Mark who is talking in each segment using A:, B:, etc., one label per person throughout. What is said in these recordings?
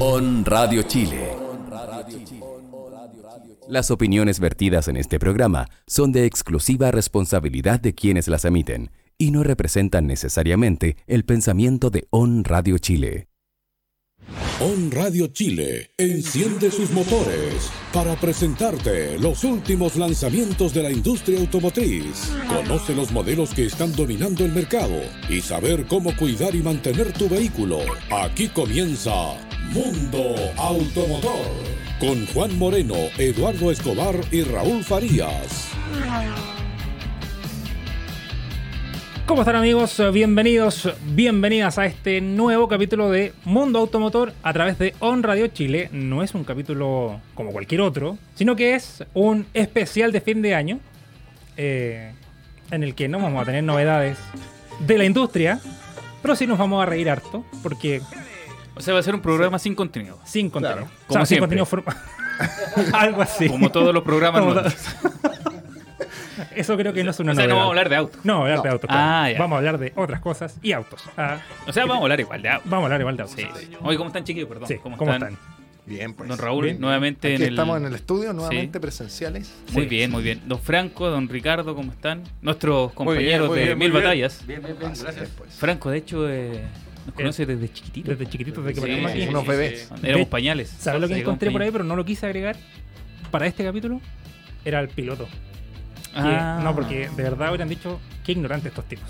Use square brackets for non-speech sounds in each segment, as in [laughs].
A: On Radio Chile. Las opiniones vertidas en este programa son de exclusiva responsabilidad de quienes las emiten y no representan necesariamente el pensamiento de On Radio Chile.
B: On Radio Chile enciende sus motores para presentarte los últimos lanzamientos de la industria automotriz. Conoce los modelos que están dominando el mercado y saber cómo cuidar y mantener tu vehículo. Aquí comienza Mundo Automotor con Juan Moreno, Eduardo Escobar y Raúl Farías.
C: ¿Cómo están amigos? Bienvenidos, bienvenidas a este nuevo capítulo de Mundo Automotor a través de On Radio Chile. No es un capítulo como cualquier otro, sino que es un especial de fin de año eh, en el que no vamos a tener novedades de la industria, pero sí nos vamos a reír harto porque
D: O sea, va a ser un programa sin contenido.
C: sin contenido.
D: Claro, como
C: sin
D: siempre.
C: contenido forma- [laughs] Algo así.
D: Como todos los programas.
C: Como
D: nuevos.
C: Eso creo que no es una
D: o sea, no
C: novedad.
D: vamos a hablar de auto.
C: No, hablar de autos. claro.
D: Ah, ya.
C: Vamos a hablar de otras cosas y autos. Ah,
D: O sea, vamos a hablar igual de auto.
C: vamos a hablar igual de autos.
D: Sí. Oye, ¿cómo están, chiquillos? Perdón.
C: Sí,
D: ¿Cómo,
C: ¿cómo
D: están?
C: están?
E: Bien, pues.
D: Don Raúl,
E: Bien.
D: nuevamente
E: Aquí
D: en el...
E: estamos en el estudio, nuevamente presenciales.
D: Muy bien, muy bien. Don Franco, don Ricardo, ¿cómo están? Nuestros compañeros
E: muy
D: de
E: bien, muy
D: Mil
E: bien.
D: Batallas.
E: Así es, pues.
D: Franco, de hecho, eh, nos conoce desde chiquitito.
C: Desde chiquititos de que
D: Sí,
C: partimos aquí.
D: sí,
E: unos
D: sí,
E: bebés.
D: sí. Éramos
C: De-
D: pañales.
C: ¿Sabes lo que
D: Sí,
C: encontré por ahí,
D: compañía.
C: pero no lo quise agregar para este capítulo? Era el piloto. Que-
D: Ah.
C: No, porque de verdad hubieran dicho qué ignorantes estos
D: [laughs]
C: tipos.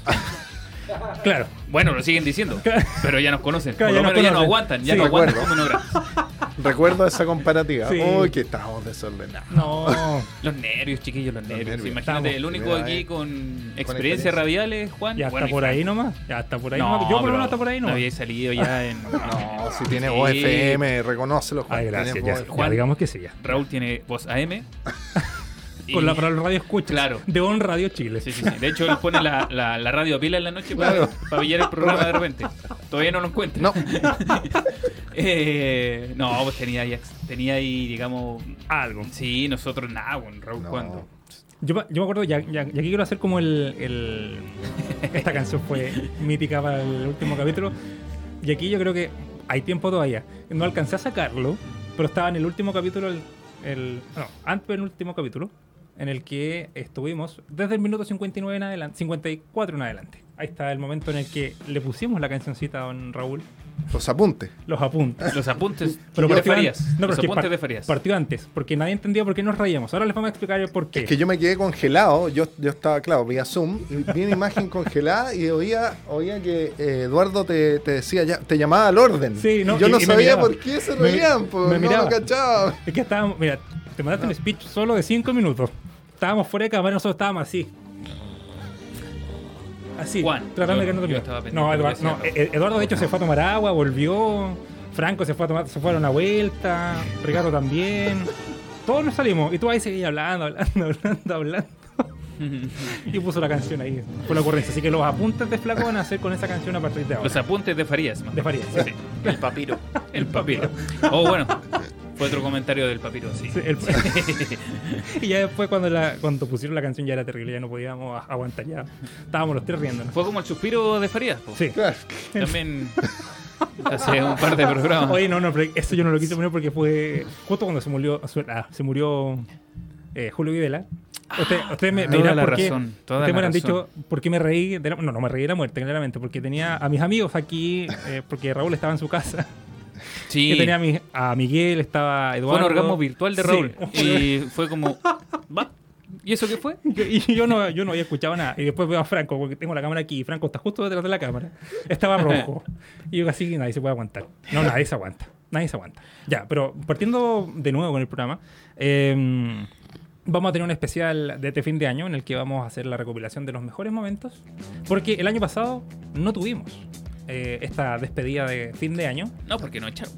C: claro,
D: Bueno, lo siguen
C: [laughs]
D: diciendo, pero ya nos conocen.
C: Claro,
D: por
C: ya
D: lo
C: nos
D: menos ya no
C: conocen.
D: aguantan, ya
C: Sí,
D: no
C: de
D: aguantan
E: acuerdo.
D: como ignorantes.
E: Recuerdo esa comparativa.
C: Sí.
E: Uy, que estábamos desordenados.
C: no.
D: Los nervios, chiquillos, los nervios.
E: nervios.
D: Imagínate,
C: Estamos.
D: el único
E: Primera
D: aquí
E: vez.
D: con
E: experiencia.
D: experiencias rabiales,
C: [laughs]
D: Juan.
C: Ya
D: Bueno,
C: está por ahí nomás. Ya está por ahí
D: No,
C: nomás. Yo por lo
D: pero
C: menos está por ahí nomás.
D: Había
C: [laughs]
D: salido ya en.
E: No, si tiene
D: Sí.
E: OFM, reconócelo. Juan,
C: Ay, gracias.
E: tienes
C: Ya,
E: OFM.
C: ya
D: Juan.
C: digamos que sí, ya.
D: Raúl tiene voz AM. Y-
C: [laughs] Con la para los radio escucha.
D: Claro.
C: De On Radio Chile.
D: Sí, sí, sí. De hecho, él pone la, la, la radio a pila en la noche
E: Claro.
D: para, para pillar el programa de repente. Todavía no lo encuentra.
E: No,
D: Eh, no, pues tenía ahí, tenía ahí, digamos.
C: Algo.
D: Sí, nosotros nada, bueno, Raúl,
E: No.
D: ¿cuándo?
C: Yo, me- yo me acuerdo, ya, ya- y aquí quiero hacer como el, el- Esta canción fue mítica para el último capítulo. Y aquí yo creo que hay tiempo todavía. No alcancé a sacarlo, pero estaba en el último capítulo, el. el no, antes del último capítulo, en el que estuvimos desde el minuto 59 en adelante, 54 en adelante. Ahí está el momento en el que le pusimos la cancioncita a don Raúl,
E: los apuntes.
C: los
D: [laughs]
C: apuntes.
D: Los apuntes
C: Pero
D: de
C: partió an-
D: Farías.
C: no, pero
D: los
C: es que
D: apuntes
C: par-
D: de Farías.
C: Partió antes, porque nadie entendía por qué nos reíamos. Ahora les vamos a explicar el por qué.
E: Es que yo me quedé congelado. Yo, yo estaba, claro, vía Zoom. y Vi una imagen congelada y oía, oía que eh, Eduardo te, te decía, ya, te llamaba al orden.
C: Sí, no,
E: Y yo
C: y-
E: no
C: y me
E: sabía
C: miraba.
E: por qué se
C: Me-
E: reían, pues,
C: me
E: no
C: miraba.
E: lo cachaba.
C: Es que estábamos, mira, te mandaste un speech solo de 5 minutos. Estábamos fuera de cámara, nosotros estábamos así. Así,
D: Juan,
C: tratando de
D: yo-
C: que no te
D: yo
C: miras.
D: estaba pendiente
C: No,
D: de lo
C: Eduardo,
D: que
C: no,
D: hacía.
C: eh, Eduardo, de hecho, se fue a tomar agua, volvió. Franco se fue a tomar, se fue a dar una vuelta. Ricardo también. Todos nos salimos. Y tú ahí seguías hablando, hablando, [laughs] hablando, hablando. Y puso la canción ahí, por la ocurrencia. Así que los apuntes de Flaco van a hacer con esa canción a partir de ahora.
D: Los apuntes de Farías, más
C: de Farías. sí.
D: Sí. El papiro. [laughs] El papiro. Oh, bueno. Fue otro comentario del papiro, sí.
C: Sí,
D: [laughs]
C: el- [laughs] y ya después cuando, la, cuando pusieron la canción ya era terrible, ya no podíamos a- aguantar, ya estábamos los tres riéndonos.
D: Fue como el suspiro de Farías. po.
C: Sí.
E: Claro.
D: También hace un par de programas.
C: Oye, no, no, pero eso yo no lo quise poner porque fue justo cuando se murió, su- ah, se murió eh, Julio Videla. Usted, usted me, me
D: Ah, Toda
C: dirá
D: la
C: por qué-
D: razón, toda
C: usted me
D: la
C: hubieran
D: razón.
C: dicho por qué me reí. de la- no, no me reí de la muerte, claramente, porque tenía a mis amigos aquí, eh, porque Raúl estaba en su casa.
D: sí.
C: Y tenía a, mi- a Miguel, estaba
D: Fue
C: Eduardo.
D: un orgasmo virtual de
C: Sí.
D: Raúl. Y fue como. ¿Va? ¿Y eso qué fue?
C: [laughs] Y yo no, yo no había escuchado nada. Y después veo a Franco, porque tengo la cámara aquí. y Franco está justo detrás de la cámara. Estaba rojo. Y yo así que nadie se puede aguantar. No, nadie se aguanta. Nadie se aguanta. Ya, pero partiendo de nuevo con el programa, eh, vamos a tener un especial de este fin de año en el que vamos a hacer la recopilación de los mejores momentos. Porque el año pasado no tuvimos eh, esta despedida de fin de año. [laughs]
D: No, porque no echaron.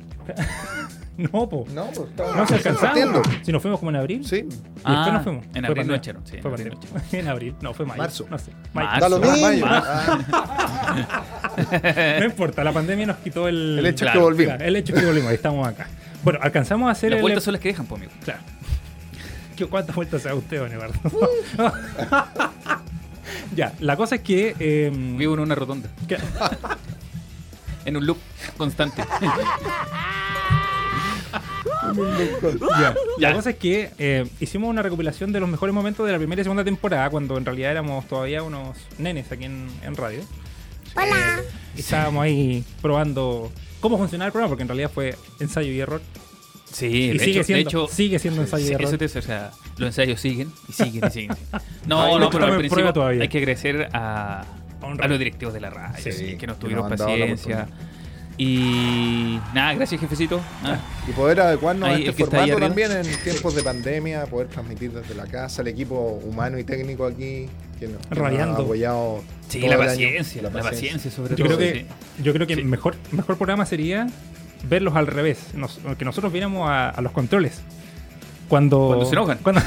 C: No, po. No,
E: No, pues, estaba-
C: se alcanzamos.
E: Entiendo.
C: Si nos fuimos como en abril.
E: Sí,
C: Después
D: Ah,
C: nos fuimos.
D: en
C: Fue
D: abril
C: pandemia.
D: no echaron, sí, en
C: Fue
D: abril no
C: pandemia. [laughs] En abril, no, fue mayo.
E: Marzo.
C: No sé. Mayo.
D: Marzo.
E: da lo
D: Marzo.
E: mismo.
D: Marzo.
E: Ah.
C: No importa, la pandemia nos quitó el,
E: El hecho es
D: Claro,
E: que volvimos.
C: Claro, el hecho que volvimos, ahí estamos acá. Bueno, alcanzamos a hacer
D: Las
C: el.
D: vueltas son las que dejan, po, amigo.
C: [laughs] Claro. ¿Qué- ¿Cuántas vueltas se da usted, don Eduardo?
D: Uh.
C: [laughs] ya, la cosa es que. em,
D: Vivo en una rotonda.
C: que-
D: en un loop
C: [laughs]
D: constante.
C: [laughs] Ya.
D: Ya.
C: La cosa es que eh, hicimos una recopilación de los mejores momentos de la primera y segunda temporada, cuando en realidad éramos todavía unos nenes aquí en, en radio. Eh,
F: Hola.
C: Y estábamos ahí probando cómo funcionaba el programa, porque en realidad fue ensayo y error.
D: Sí,
C: Y
D: de
C: sigue,
D: hecho, de
C: siendo,
D: hecho,
C: sigue siendo ensayo
D: Sí,
C: y error.
D: eso te- o sea, los ensayos siguen y siguen
C: [laughs]
D: y siguen. No,
C: Todavía
D: no,
C: no
D: pero al
C: estamos en
D: principio
C: prueba todavía.
D: hay que agradecer a,
C: A un
D: a
C: radio.
D: los directivos de la radio,
C: Sí,
D: sí, que nos
E: que
D: tuvieron
E: nos han dado la
D: paciencia. Y nada, gracias jefecito. Ah,
E: Y poder adecuarnos
D: Ahí,
E: a
D: el que
E: este
D: está ahí
E: formato
D: arriba.
E: también en tiempos de pandemia, poder transmitir desde la casa, el equipo humano y técnico aquí, que nos, que nos
C: Radiando.
E: ha apoyado.
D: sí,
E: todo
D: la
E: el año.
D: paciencia, la paciencia sobre
C: Yo
D: todo.
C: creo que,
D: sí.
C: yo creo que
D: Sí.
C: mejor, mejor programa sería verlos al revés, nos- que nosotros viéramos a, a los controles. Cuando,
D: Cuando se enojan.
C: cuando-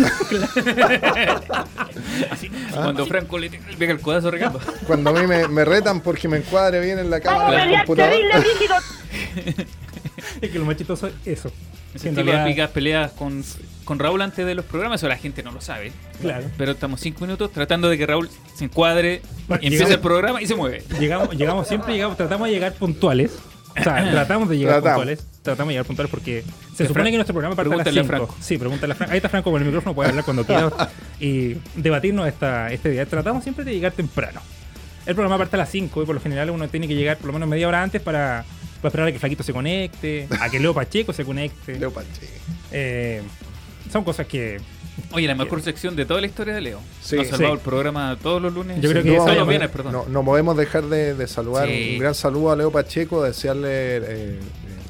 C: [laughs]
E: Ah,
D: Cuando Franco le le pega el codazo a Ricardo.
C: Ah,
E: Cuando a mí me, me retan porque me encuadre bien en la cámara del computador. [laughs]
C: es que lo más chistoso es eso. Que en
D: Esas
C: realidad-
D: típicas peleas con, con Raúl antes de los programas, eso la gente no lo sabe.
C: claro.
D: Pero estamos cinco minutos tratando de que Raúl se encuadre,
C: Bueno,
D: y empieza
C: llegamos-
D: el programa y se mueve.
C: Llegamos, llegamos siempre, llegamos, tratamos de llegar puntuales. O
E: [laughs]
C: sea, tratamos de llegar
E: Tratamos.
C: puntuales. Tratamos de llegar puntuales porque se
D: Que
C: supone
D: Fran-
C: que nuestro programa parte a las
D: pregúntale a
C: 5.
D: Franco.
C: Sí, pregúntale a Franco. Ahí está Franco con el micrófono, puede hablar cuando
D: [laughs]
C: quiera y debatirnos esta, este día. Tratamos siempre de llegar temprano. El programa parte a las 5 y por lo general uno tiene que llegar por lo menos media hora antes para, para esperar a que Flaquito se conecte, a que Leo Pacheco se conecte.
E: Leo Pacheco.
C: Eh, son cosas que
D: Oye, la mejor sección de toda la historia de Leo.
E: Sí.
D: Nos ha salvado
C: Sí.
D: el programa todos los lunes.
C: Yo creo que
D: todos
C: eso-
D: los viernes, perdón.
E: No, no podemos dejar de, de saludar.
D: Sí.
E: Un gran saludo a Leo Pacheco, desearle eh, eh,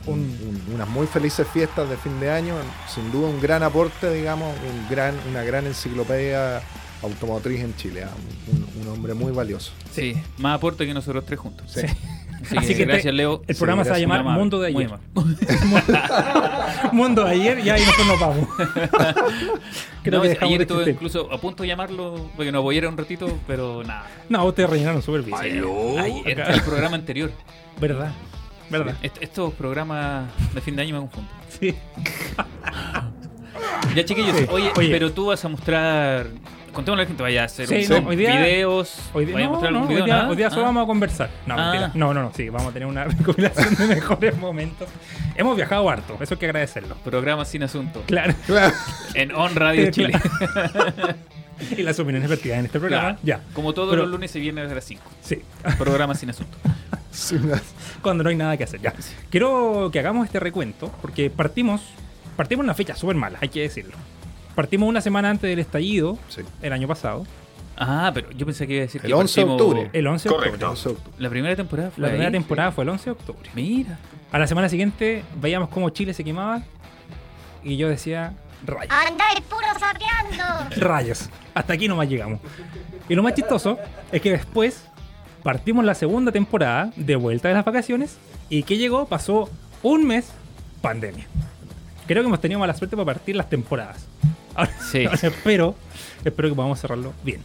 E: un-
C: Un-
E: un- unas muy felices fiestas de fin de año. Sin duda un gran aporte, digamos, un gran, una gran enciclopedia automotriz en Chile. ah, un- un hombre muy valioso.
D: Sí, más aporte que nosotros tres juntos.
E: [laughs]
D: Así,
E: Sí.
C: Así
D: que,
C: que
D: gracias,
C: te-
D: Leo.
C: el programa se va a
D: gracias,
C: llamar
D: muy amable,
C: Mundo de
D: muy
C: Ayer.
D: amable.
C: [laughs] mundo de ayer y ahí nosotros nos
D: [laughs]
C: vamos. Creo
D: No,
C: que
D: es-
C: dejamos
D: ayer
C: de
D: estuve
C: existir.
D: incluso a punto de llamarlo para que nos apoyara un ratito, pero nada.
C: No, ustedes rellenaron súper bien.
D: Ayer,
C: Acá.
D: el programa anterior.
C: ¿Verdad? ¿Verdad?
D: Est- estos programas de fin de año me confunden.
C: Sí.
D: Ya, chiquillos,
C: Sí,
D: oye,
C: oye.
D: pero tú vas a mostrar. Contémosle a la gente, vaya a hacer
C: Sí,
D: un-
C: no, hoy día-
D: videos.
C: Hoy día,
D: vaya a
C: no,
D: mostrar
C: no,
D: algún
C: hoy
D: video,
C: día,
D: nada.
C: hoy día solo
D: Ah.
C: vamos a conversar. No,
D: Ah.
C: mentira. No, no, no, sí, vamos a tener una [laughs] recopilación de mejores momentos. Hemos viajado harto, eso hay que agradecerlo.
D: Programa sin asunto.
C: Claro.
D: En On Radio
C: [laughs] Eh,
D: Chile.
C: y las opiniones vertidas en este programa.
D: Claro.
C: Ya.
D: Como todos
C: Pero-
D: los lunes y viernes a las 5.
C: Sí.
D: Programa
C: [laughs]
D: sin asunto.
C: Cuando no hay nada que hacer. Ya. Quiero que hagamos este recuento, porque partimos. Partimos una fecha súper mala, hay que decirlo. Partimos una semana antes del estallido,
E: Sí.
C: el año pasado,
D: Ah, pero yo pensé que iba a decir
E: El
D: que
E: 11 de
D: partimos-
E: octubre.
C: el 11 de octubre.
E: Entonces,
D: La primera temporada fue
C: La primera
D: ahí.
C: temporada fue el 11 de octubre.
D: Mira.
C: A la semana siguiente veíamos cómo Chile se quemaba y yo decía, rayos,
F: Andáis puro sapeando.
C: rayos, hasta aquí nomás llegamos. Y lo más chistoso es que después partimos la segunda temporada de vuelta de las vacaciones y que llegó, pasó un mes, pandemia. Creo que hemos tenido mala suerte para partir las temporadas. [laughs] Ahora,
D: Sí.
C: ahora espero, espero que podamos cerrarlo bien.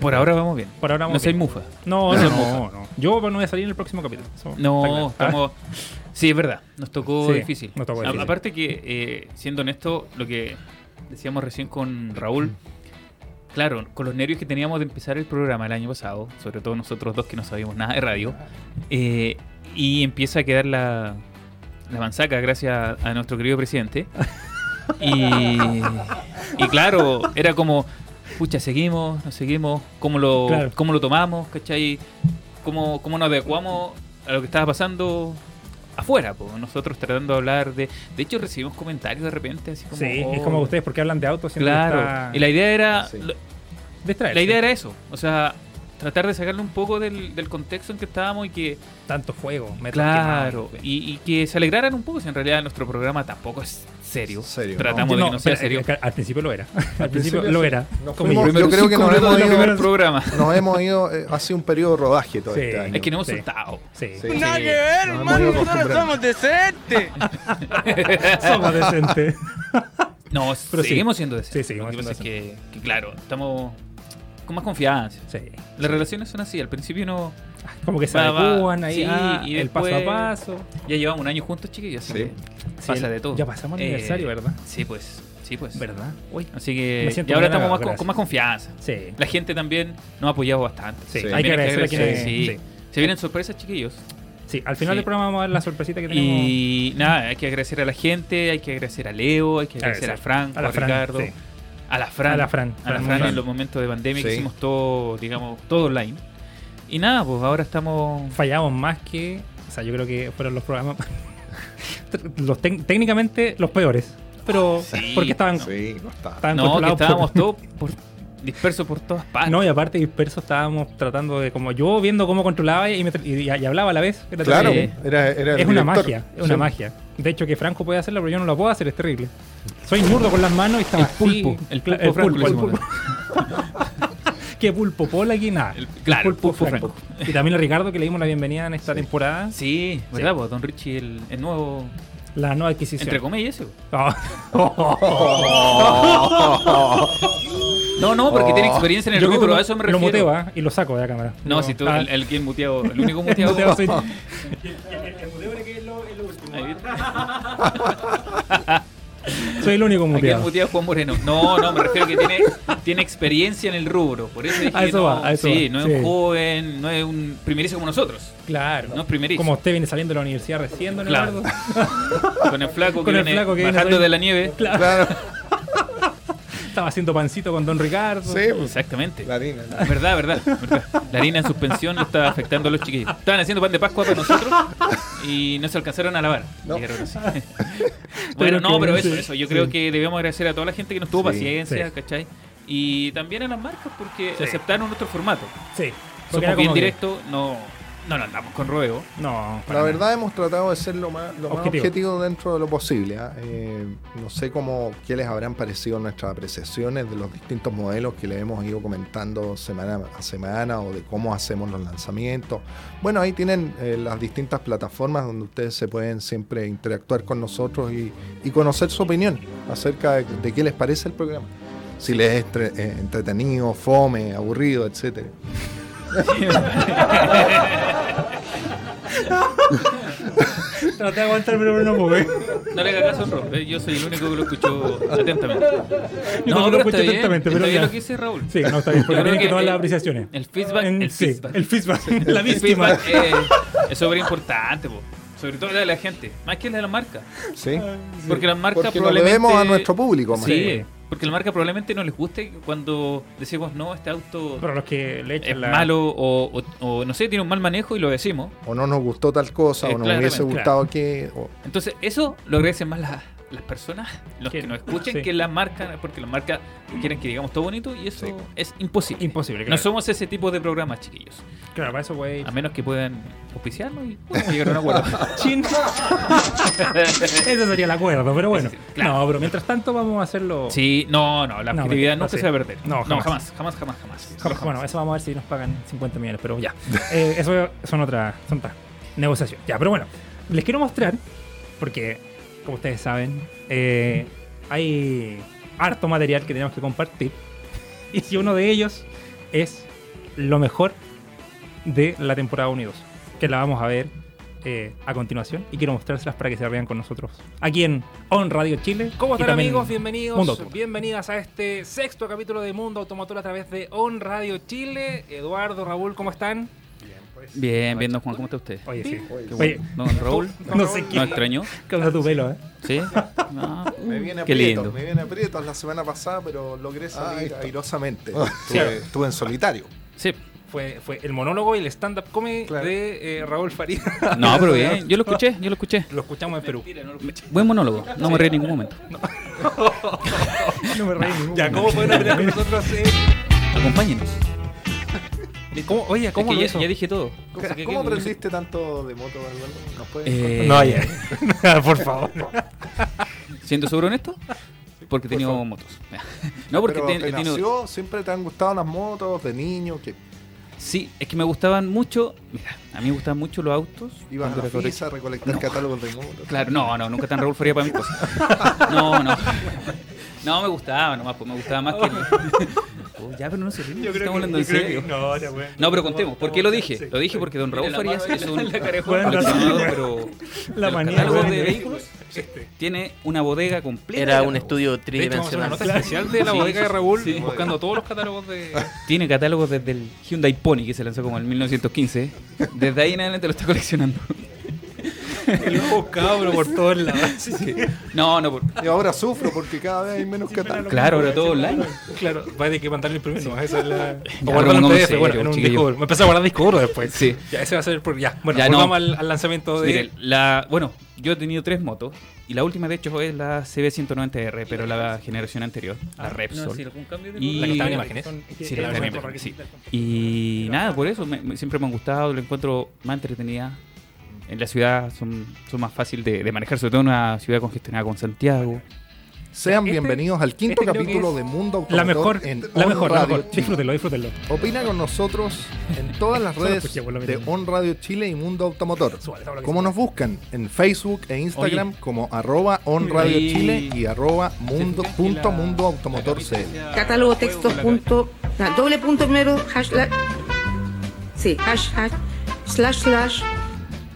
D: Por ahora vamos bien.
C: Por ahora vamos
D: no soy
C: bien.
D: mufa.
C: No,
D: No,
C: no,
D: no.
C: no, no. Yo no voy a salir en el próximo capítulo. Eso está claro. Ah.
D: No, estamos. Sí, es verdad. Nos tocó
C: Sí,
D: difícil.
C: nos tocó
D: A-
C: difícil.
D: Aparte que, eh, siendo honesto, lo que decíamos recién con Raúl, claro, con los nervios que teníamos de empezar el programa el año pasado, sobre todo nosotros dos que no sabíamos nada de radio, eh, y empieza a quedar la, la manzaca gracias a, a nuestro querido presidente. Y, y claro, era como, pucha, seguimos, nos seguimos, cómo lo,
C: Claro.
D: cómo lo tomamos, ¿cachai? ¿Cómo, cómo nos adecuamos a lo que estaba pasando afuera, po? nosotros tratando de hablar de... De hecho, recibimos comentarios de repente, así como...
C: Ah, Sí, es
D: "Oh,
C: como ustedes porque hablan de autos. siendo que
D: Claro,
C: está-
D: y la idea era...
E: Sí.
D: lo-
C: Distraerse.
D: La idea era eso, o sea, tratar de sacarle un poco del, del contexto en que estábamos y que...
C: tanto fuego, metal
D: Claro,
C: quemado.
D: y, y que se alegraran un poco, si en realidad nuestro programa tampoco es serio.
E: Serio,
C: No,
D: Tratamos de Ah, que no sea
C: espera,
D: serio.
C: es
D: [laughs]
C: que al principio lo era. [laughs] Al principio
E: principio
C: lo
E: sí.
C: era.
E: Nos
C: Como-
E: fuimos- Yo creo que
D: Cinco
E: nos
D: minutos
E: hemos
D: de los
E: ido-
D: primeros programas.
E: Nos hemos ido, eh, ha sido un periodo de rodaje todo
C: Sí.
E: este año.
D: Es que no hemos
C: Sí.
D: soltado.
C: Sí.
E: Sí.
G: Nada que ver,
E: Nos hemos
G: hermano,
E: ido
G: nosotros
E: acostumbrando.
G: somos decentes.
C: [laughs] Somos decentes.
D: [laughs] No,
C: Pero sí.
D: seguimos siendo decentes.
C: Sí, seguimos
D: Lo que pasa
C: siendo
D: es que, que, claro, estamos con más confianza.
C: Sí.
D: Las relaciones son así, al principio no...
C: Como que se
D: Va, va.
C: adecúan ahí
D: Sí,
C: ah,
D: y
C: el paso
D: después-
C: a paso.
D: Ya llevamos un año juntos, chiquillos, así
E: Sí.
D: que
C: Sí,
D: pasa
C: el-
D: de todo.
C: ya pasamos el
D: Eh,
C: aniversario, ¿verdad?
D: Sí, pues, sí, pues.
C: ¿Verdad?
D: Uy, así
C: Me
D: que
C: siento
D: y ahora
C: muy
D: estamos más
C: halagado,
D: con, con más confianza.
C: Sí.
D: La gente también nos ha apoyado bastante.
C: Sí,
E: Sí.
D: También
C: hay que agradecer a
D: agradecer,
C: quienes.
D: sí.
C: sí.
D: Se vienen sorpresas, chiquillos.
C: Sí, al final
D: Sí.
C: del programa vamos a ver la sorpresita que tenemos.
D: Y nada, hay que agradecer a la gente, hay que agradecer a Leo, hay que agradecer a
C: Agradecer. A
D: Franco, a,
C: la Fran,
D: Ricardo,
C: sí.
D: a la Fran.
C: A la Fran,
D: A la
C: Fran,
D: Fran
C: Fran.
D: en los momentos de pandemia que
E: Sí.
D: hicimos todo, digamos, todo online. Y nada, pues ahora estamos.
C: Fallamos más que. O sea, yo creo que fueron los programas. [laughs] los tec- técnicamente los peores. Pero.
D: Sí,
C: porque estaban.
E: Sí, no está.
C: estaban
D: No, que
C: controlados por- [laughs]
D: estábamos todos por- dispersos por todas partes.
C: No, y aparte dispersos estábamos tratando de como yo viendo cómo controlaba y, me tra- y- y- y hablaba a la vez. Era
E: Claro,
C: terrible.
D: Sí.
E: era, era el
C: es una
E: director.
C: magia, es una
E: Sí.
C: magia. De hecho que Franco puede hacerla, pero yo no la puedo hacer, es terrible. Soy zurdo con las manos y estaba
D: El pulpo,
C: así,
D: el
C: cla-
D: pulpo Franco lo
C: el
D: hicimos.
C: Qué pulpo [laughs] pola aquí nada.
D: El- claro, el pulpo
C: Y también a Ricardo que le dimos la bienvenida en esta temporada,
D: Sí, ¿verdad? Pues Don Richie, el, el nuevo.
C: la nueva adquisición.
D: Entre comillas, pues. eso.
C: No.
D: No, no, porque tiene experiencia [laughs] en el
C: Oh. Yo creo que
D: rubro,
C: lo-
D: a eso me
C: Lo
D: refiero.
C: muteo ¿ah? y lo saco de la cámara.
D: No, si tú,
C: ah,
D: el, el que es muteado, el
C: [laughs]
D: único
C: el
D: muteado.
C: muteo soy-
D: Ahí viste.
C: [laughs] soy el único
D: Aquí el
C: muteado.
D: muteado es Juan Moreno. No, no, me refiero que tiene, tiene experiencia en el rubro. Por eso dije
C: A eso
D: no,
C: va, a eso
D: sí,
C: va,
D: no es
C: sí.
D: un joven, no es un primerizo como nosotros.
C: Claro.
D: No es primerizo.
C: Como usted viene saliendo de la universidad recién, don
D: Claro.
C: Eduardo. [laughs]
D: Con el flaco que
C: Con el
D: viene
C: flaco que viene
D: bajando
C: saliendo.
D: de la nieve.
E: Claro,
C: Estaba haciendo pancito con don Ricardo.
E: sí, pues,
D: Exactamente.
E: la harina, la-
D: Verdad, verdad, verdad. La harina en suspensión lo está afectando a los chiquillos. Estaban haciendo pan de Pascua para nosotros y no se alcanzaron a lavar.
E: No.
D: Dijeron
C: [laughs]
D: así. [laughs] bueno,
C: que-
D: no, pero eso,
C: sí,
D: eso. Yo creo
C: sí.
D: que debemos agradecer a toda la gente que nos tuvo
E: Sí,
D: paciencia,
C: sí.
D: ¿cachai? Y también a las marcas porque
C: Sí.
D: aceptaron nuestro formato.
C: Sí. Porque era
D: Somos bien
C: como que-
D: directo, no, no nos andamos con rodeo.
C: No. para nada.
E: La verdad hemos tratado de ser lo más, lo más
C: Objetivo.
E: objetivo. dentro de lo posible. ¿ah? Eh, no sé cómo qué les habrán parecido nuestras apreciaciones de los distintos modelos que les hemos ido comentando semana a semana o de cómo hacemos los lanzamientos. Bueno, ahí tienen eh, las distintas plataformas donde ustedes se pueden siempre interactuar con nosotros y, y conocer su opinión acerca de, de qué les parece el programa. Si les es entre- eh, entretenido, fome, aburrido, etcétera.
C: Traté de aguantar, pero [laughs] no mover.
D: No le hagas caso a Rob, eh, yo soy el único que lo escuchó atentamente.
C: Yo también lo escuché atentamente, pero
D: está bien
C: ya.
D: lo que dice Raúl.
C: Sí, no, está bien. Porque
D: Yo creo
C: tienen que
D: que
C: tomar
D: el-
C: las apreciaciones.
D: El feedback,
C: En-
D: el
C: sí,
D: feedback.
C: el feedback. La
D: El
C: víctima.
D: feedback, eh, es súper importante, po. sobre todo la de la gente, más que la de la marca.
E: ¿sí?
D: Porque las marcas
E: Porque lo
D: probablemente.
E: debemos a nuestro público, más
D: Sí,
E: bien.
D: porque la marca probablemente no les guste cuando decimos no, este auto
C: Pero los que le
D: es
C: echan la.
D: malo o, o- o, no sé, tiene un mal manejo y lo decimos.
E: o no nos gustó tal cosa,
D: Eh,
E: o nos
D: claramente,
E: hubiese gustado que. o-
D: Entonces, eso lo agradecen más las, las personas, los
C: Que-
D: que nos escuchen,
C: sí.
D: que las marcas, porque las marcas quieren que digamos todo bonito y eso es imposible.
C: Imposible,
D: No
C: claro.
D: somos ese tipo de programas, chiquillos.
C: Claro, para eso, güey.
D: A menos que puedan auspiciarnos y podemos llegar a un acuerdo. [laughs]
C: Chin. Ese sería el acuerdo, pero bueno.
D: Sí, claro.
C: No, pero mientras tanto vamos a hacerlo.
D: Sí, no, no, la
C: No,
D: objetividad
C: no,
D: nunca
C: sí.
D: se va a perder.
C: No,
D: No,
C: jamás.
D: jamás, jamás, jamás, jamás.
C: Jamás. Bueno, eso vamos a ver si nos pagan 50 millones, pero ya. Eh, eso son otras son otras negociaciones. Ya, pero bueno, les quiero mostrar, porque como ustedes saben, eh, hay harto material que tenemos que compartir. [laughs] Y si uno de ellos es lo mejor de la temporada 1 y 2, que la vamos a ver eh, a continuación. Y quiero mostrárselas para que se vean con nosotros aquí en On Radio Chile.
G: ¿Cómo
C: y
G: están
C: también
G: amigos?
C: Mundo
G: Bienvenidos,
C: Automotor.
G: bienvenidas a este sexto capítulo de Mundo Automotor a través de On Radio Chile. Eduardo, Raúl, ¿cómo están?
D: Bien, bien, don Juan, ¿cómo está usted?
C: Oye, sí.
E: Oye,
C: Oye,
D: Don Raúl,
C: no sé
D: ¿no
C: qué.
D: extrañó?
C: Cosa tu pelo, ¿eh?
D: [laughs] ¿Sí? No, Uh,
E: Me viene
D: Mm, qué
E: aprietos,
D: lindo.
E: me viene aprietos la semana pasada, pero logré salir airosamente. [laughs]
C: Claro.
E: estuve, estuve en solitario.
D: Sí.
G: Fue, fue el monólogo y el stand-up comedy
E: Claro.
G: de eh, Raúl Faría.
D: No, [laughs] pero bien, yo lo escuché, yo lo escuché.
G: Lo escuchamos en Perú.
D: Buen monólogo, no me reí en ningún momento.
C: No me reí ningún
G: Ya, ¿cómo pueden
C: [laughs]
G: aprender con nosotros? eh?
D: Acompáñenos.
G: ¿Cómo- oye, ¿cómo
D: es que
G: lo
D: ya,
G: hizo?
D: ya dije todo.
E: ¿Cómo,
D: ¿Qué- qué-
E: cómo
D: qué-
E: aprendiste tanto de moto, Eduardo? ¿Nos puedes
D: Eh,
C: No, ya. [laughs] Por favor.
D: ¿Siento seguro en esto? Porque he tenido motos. No, porque
E: pero
D: he
E: te
D: he tenido...
E: nació, siempre te han gustado las motos de niño, que
D: Sí, es que me gustaban mucho... Mira, a mí me gustaban mucho los autos.
E: ibas a
D: cuando
E: la
D: era cabro
E: FISA a recolectar catálogos de motos.
D: Claro, no, no, nunca tan Raúl Feria para mis
G: [laughs] [laughs]
D: cosas. No, no. No, me gustaba nomás, pues me gustaba más que. po. Ya, pero no se ríen.
G: Yo creo
D: estamos
G: que-
D: hablando
G: yo
D: en
G: creo que-
D: serio.
G: no, ya, weón.
D: No, pero contemos. ¿Por qué lo dije?
G: Sí.
D: Lo dije porque don Raúl
G: Mira,
D: Farías
G: mano,
D: es
G: la-
D: un
G: la carejo-
C: Bueno, la-
D: apasionado, pero
C: La
D: de los
C: manía,
D: catálogos
C: weón.
D: de vehículos
G: este,
D: tiene una bodega completa.
H: Era
D: de
H: un
D: catálogos.
H: estudio
G: De hecho, vamos a hacer una
H: tridimensional.
G: nota especial de la
D: Sí,
G: bodega de Raúl
D: sí.
G: buscando todos los catálogos de.
D: Tiene catálogos desde el Hyundai Pony que se lanzó como en 1915. Desde ahí en adelante lo
G: [laughs]
D: está coleccionando.
G: lo he buscado, pero por todos lados.
D: No, no, por-
E: Y ahora sufro porque cada vez hay menos catálogos.
D: [laughs] claro, ahora todo online.
G: Claro, va de que mandarle el primero. Esa es la. O
D: Ya,
G: guardarlo en
D: pongamos
G: PDF,
D: serio,
G: bueno, en un
D: chiquillo.
G: disco duro. Me empecé a guardar disco duro después.
D: Sí.
G: Ya, ese va a ser. Por, ya, bueno,
D: Ya, no.
G: volvamos al, al lanzamiento de.
D: Mire, la, bueno, yo he tenido tres motos y la última de hecho es la CB190R, pero la generación anterior, la Repsol. Y-
G: Ah, la que estaba en imágenes.
D: Sí, la verdad,
G: bueno,
D: sí. Y nada, por eso me- me- siempre me han gustado, lo encuentro más entretenida. En la ciudad son, son más fácil de, de manejar, sobre todo en una ciudad congestionada con Santiago.
E: Sean
G: Este-
E: bienvenidos al quinto
G: este creo que
E: capítulo
G: es
E: de Mundo Automotor
C: La mejor,
E: en
C: la
E: On
C: mejor, la
E: Radio
C: mejor.
E: Chile.
C: Disfrútenlo, disfrútenlo.
E: Opina con nosotros en todas
C: [laughs]
E: las
C: Solo
E: redes
C: escuché, por lo
E: de
C: menos.
E: On Radio Chile y Mundo Automotor.
C: Súbale, súbale,
E: Como
C: súbale.
E: nos buscan en Facebook e Instagram como arroba On Radio
D: Oye.
E: Chile y arroba mundo, punto mundo automotor CL.
I: Catálogo textos punto, ah, doble punto primero, hashtag, sí, hashtag, slash, slash,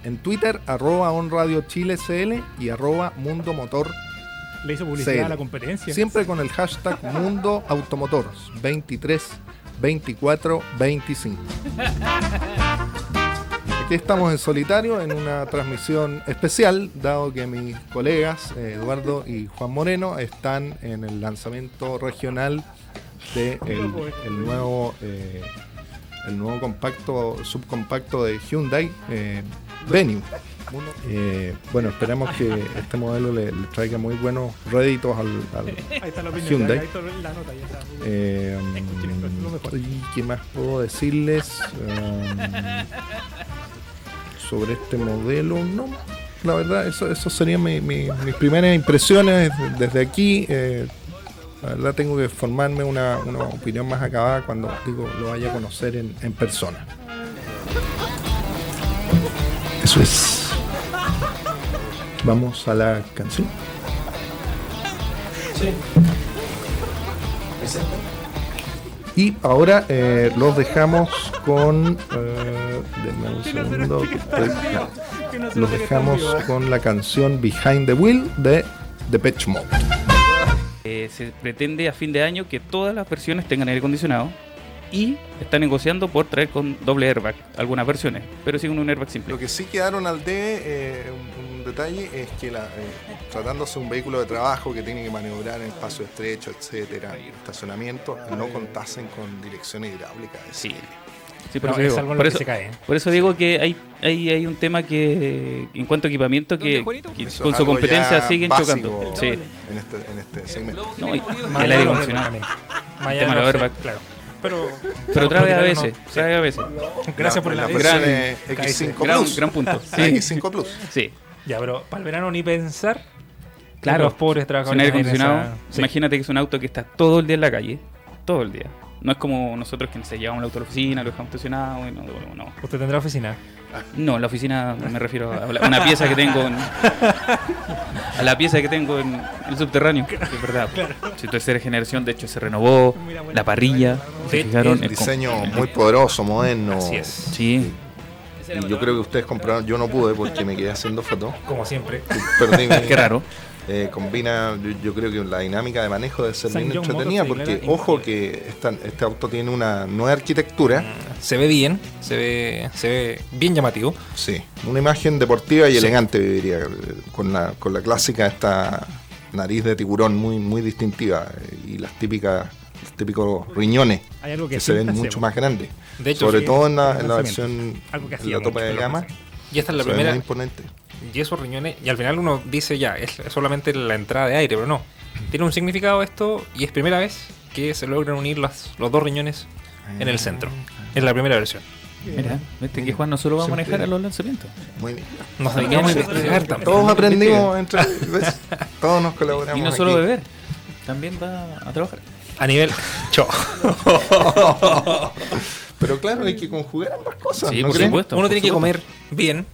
E: En Twitter arroba On Radio Chile CL y arroba mundo motor
C: Le hizo publicidad
E: Sí.
C: a la competencia.
E: Siempre con el hashtag [laughs] Mundo Automotor 23 24 25. Aquí estamos en solitario en una transmisión especial, dado que mis colegas eh, Eduardo y Juan Moreno están en el lanzamiento regional del nuevo eh, el nuevo compacto subcompacto de Hyundai eh, Venue. Eh, bueno, esperamos que este modelo le, le traiga muy buenos réditos al, al-
C: Ahí está la opinión,
E: Hyundai.
C: Ahí está la nota. Ya está.
E: eh,
C: Escuchen esto, es lo mejor.
E: ¿Y qué más puedo decirles eh, sobre este modelo? No, la verdad, eso, eso serían mi- mi- mis primeras impresiones desde aquí. eh, la verdad, tengo que formarme una, una opinión más acabada cuando digo lo vaya a conocer en, en persona. Eso es. Vamos a la canción. Y ahora eh, los dejamos con. eh, denme un segundo. Claro. Los dejamos con la canción Behind the Wheel de The Pitch Mode.
D: Eh, se pretende a fin de año que todas las versiones tengan aire acondicionado y están negociando por traer con doble airbag algunas versiones, pero sin un airbag simple.
E: Lo que sí quedaron al de un, un detalle es que la, eh, tratándose de un vehículo de trabajo que tiene que maniobrar en espacio estrecho, etcétera, y estacionamiento, no contasen con dirección hidráulica. es
D: Sí.
E: decir,
D: Sí, por
C: No,
D: eso
C: es
D: digo,
C: algo en lo
D: por
C: que
D: eso-
C: se cae.
D: Por eso digo que hay, hay, hay un tema que, en cuanto a equipamiento, que,
G: ¿Dónde, Juanito?
D: que
E: Eso es
D: con su
E: algo
D: competencia
E: ya
D: siguen
E: básico
D: chocando. Sí.
E: En este, en este segmento.
D: No, y- y
C: Miami
D: el aire
C: lo
D: acondicionado.
C: tiene también.
D: tema
C: lo
D: de
C: tiene,
D: airbag.
C: Claro. Pero,
D: Pero trae a
C: Pero no-
D: veces, trae a veces.
C: Gracias
E: La-
C: por el
E: la
C: aviso.
E: versión
D: Gran-
E: eh, X5
D: Gran,
E: Plus.
D: gran punto.
E: Ah,
D: Sí,
E: X5 Plus.
D: sí.
C: Ya, pero para el verano ni pensar.
D: Claro,
C: Los pobres
D: Sin
C: trabajadores.
D: aire
C: tienen
D: acondicionado.
C: esa- sí.
D: Imagínate que es un auto que está todo el día en la calle. Todo el día. No es como nosotros que se llevamos el auto a la oficina, lo dejamos estacionado. y no, no, no.
C: Usted tendrá oficina.
D: No, la oficina me refiero a la- una pieza que tengo en, a la pieza que tengo en el subterráneo, que es verdad. Si tercera generación, de hecho se renovó la parrilla, se fijaron
E: Un
D: el con-
E: diseño muy poderoso, moderno.
G: Así es.
D: Sí,
E: Y yo creo que ustedes compraron, yo no pude porque me quedé haciendo fotos. [laughs]
C: Como siempre.
E: Perdí mi-
D: qué raro.
E: Eh, combina, yo, yo creo que la dinámica de manejo debe ser
C: San
E: bien
C: John
E: entretenida
C: Motors,
E: porque,
C: claro,
E: ojo, que esta- este auto tiene una nueva arquitectura.
G: Se ve bien, se ve, se ve bien llamativo.
E: Sí, una imagen deportiva y elegante, yo diría, eh, con la, con la clásica esta nariz de tiburón muy, muy distintiva eh, y las típicas, los típicos riñones
C: Hay algo que
E: que se ven
C: siempre
E: mucho
C: hacemos.
E: más grandes.
G: De hecho,
E: Sobre
G: sí,
E: todo en la, en la
C: lanzamiento.
E: versión,
C: Algo que
E: en
C: hacía
E: la tope
C: mucho,
E: de
C: lo
E: gama,
G: Y esta es la
E: se ve muy
G: primera.
E: imponente.
G: Y esos riñones. Y al final uno dice ya, es solamente la entrada de aire, pero no. Tiene un significado esto y es primera vez que se logran unir las, los dos riñones en el centro.
D: Ah.
G: Es la primera versión.
D: Mira, viste que Juan no solo va a manejar a los lanzamientos.
E: Muy bien.
D: Ah,
G: Nos dedicamos a investigar también.
E: Todos aprendimos entre ¿ves? todos nos colaboramos.
D: Y no solo
E: aquí.
D: beber, también va a trabajar.
G: A nivel. Cho.
E: Pero claro, hay que conjugar ambas cosas.
D: Sí,
E: ¿no
D: por
E: creen?
D: supuesto.
G: Uno tiene que
D: supuesto.
G: comer bien.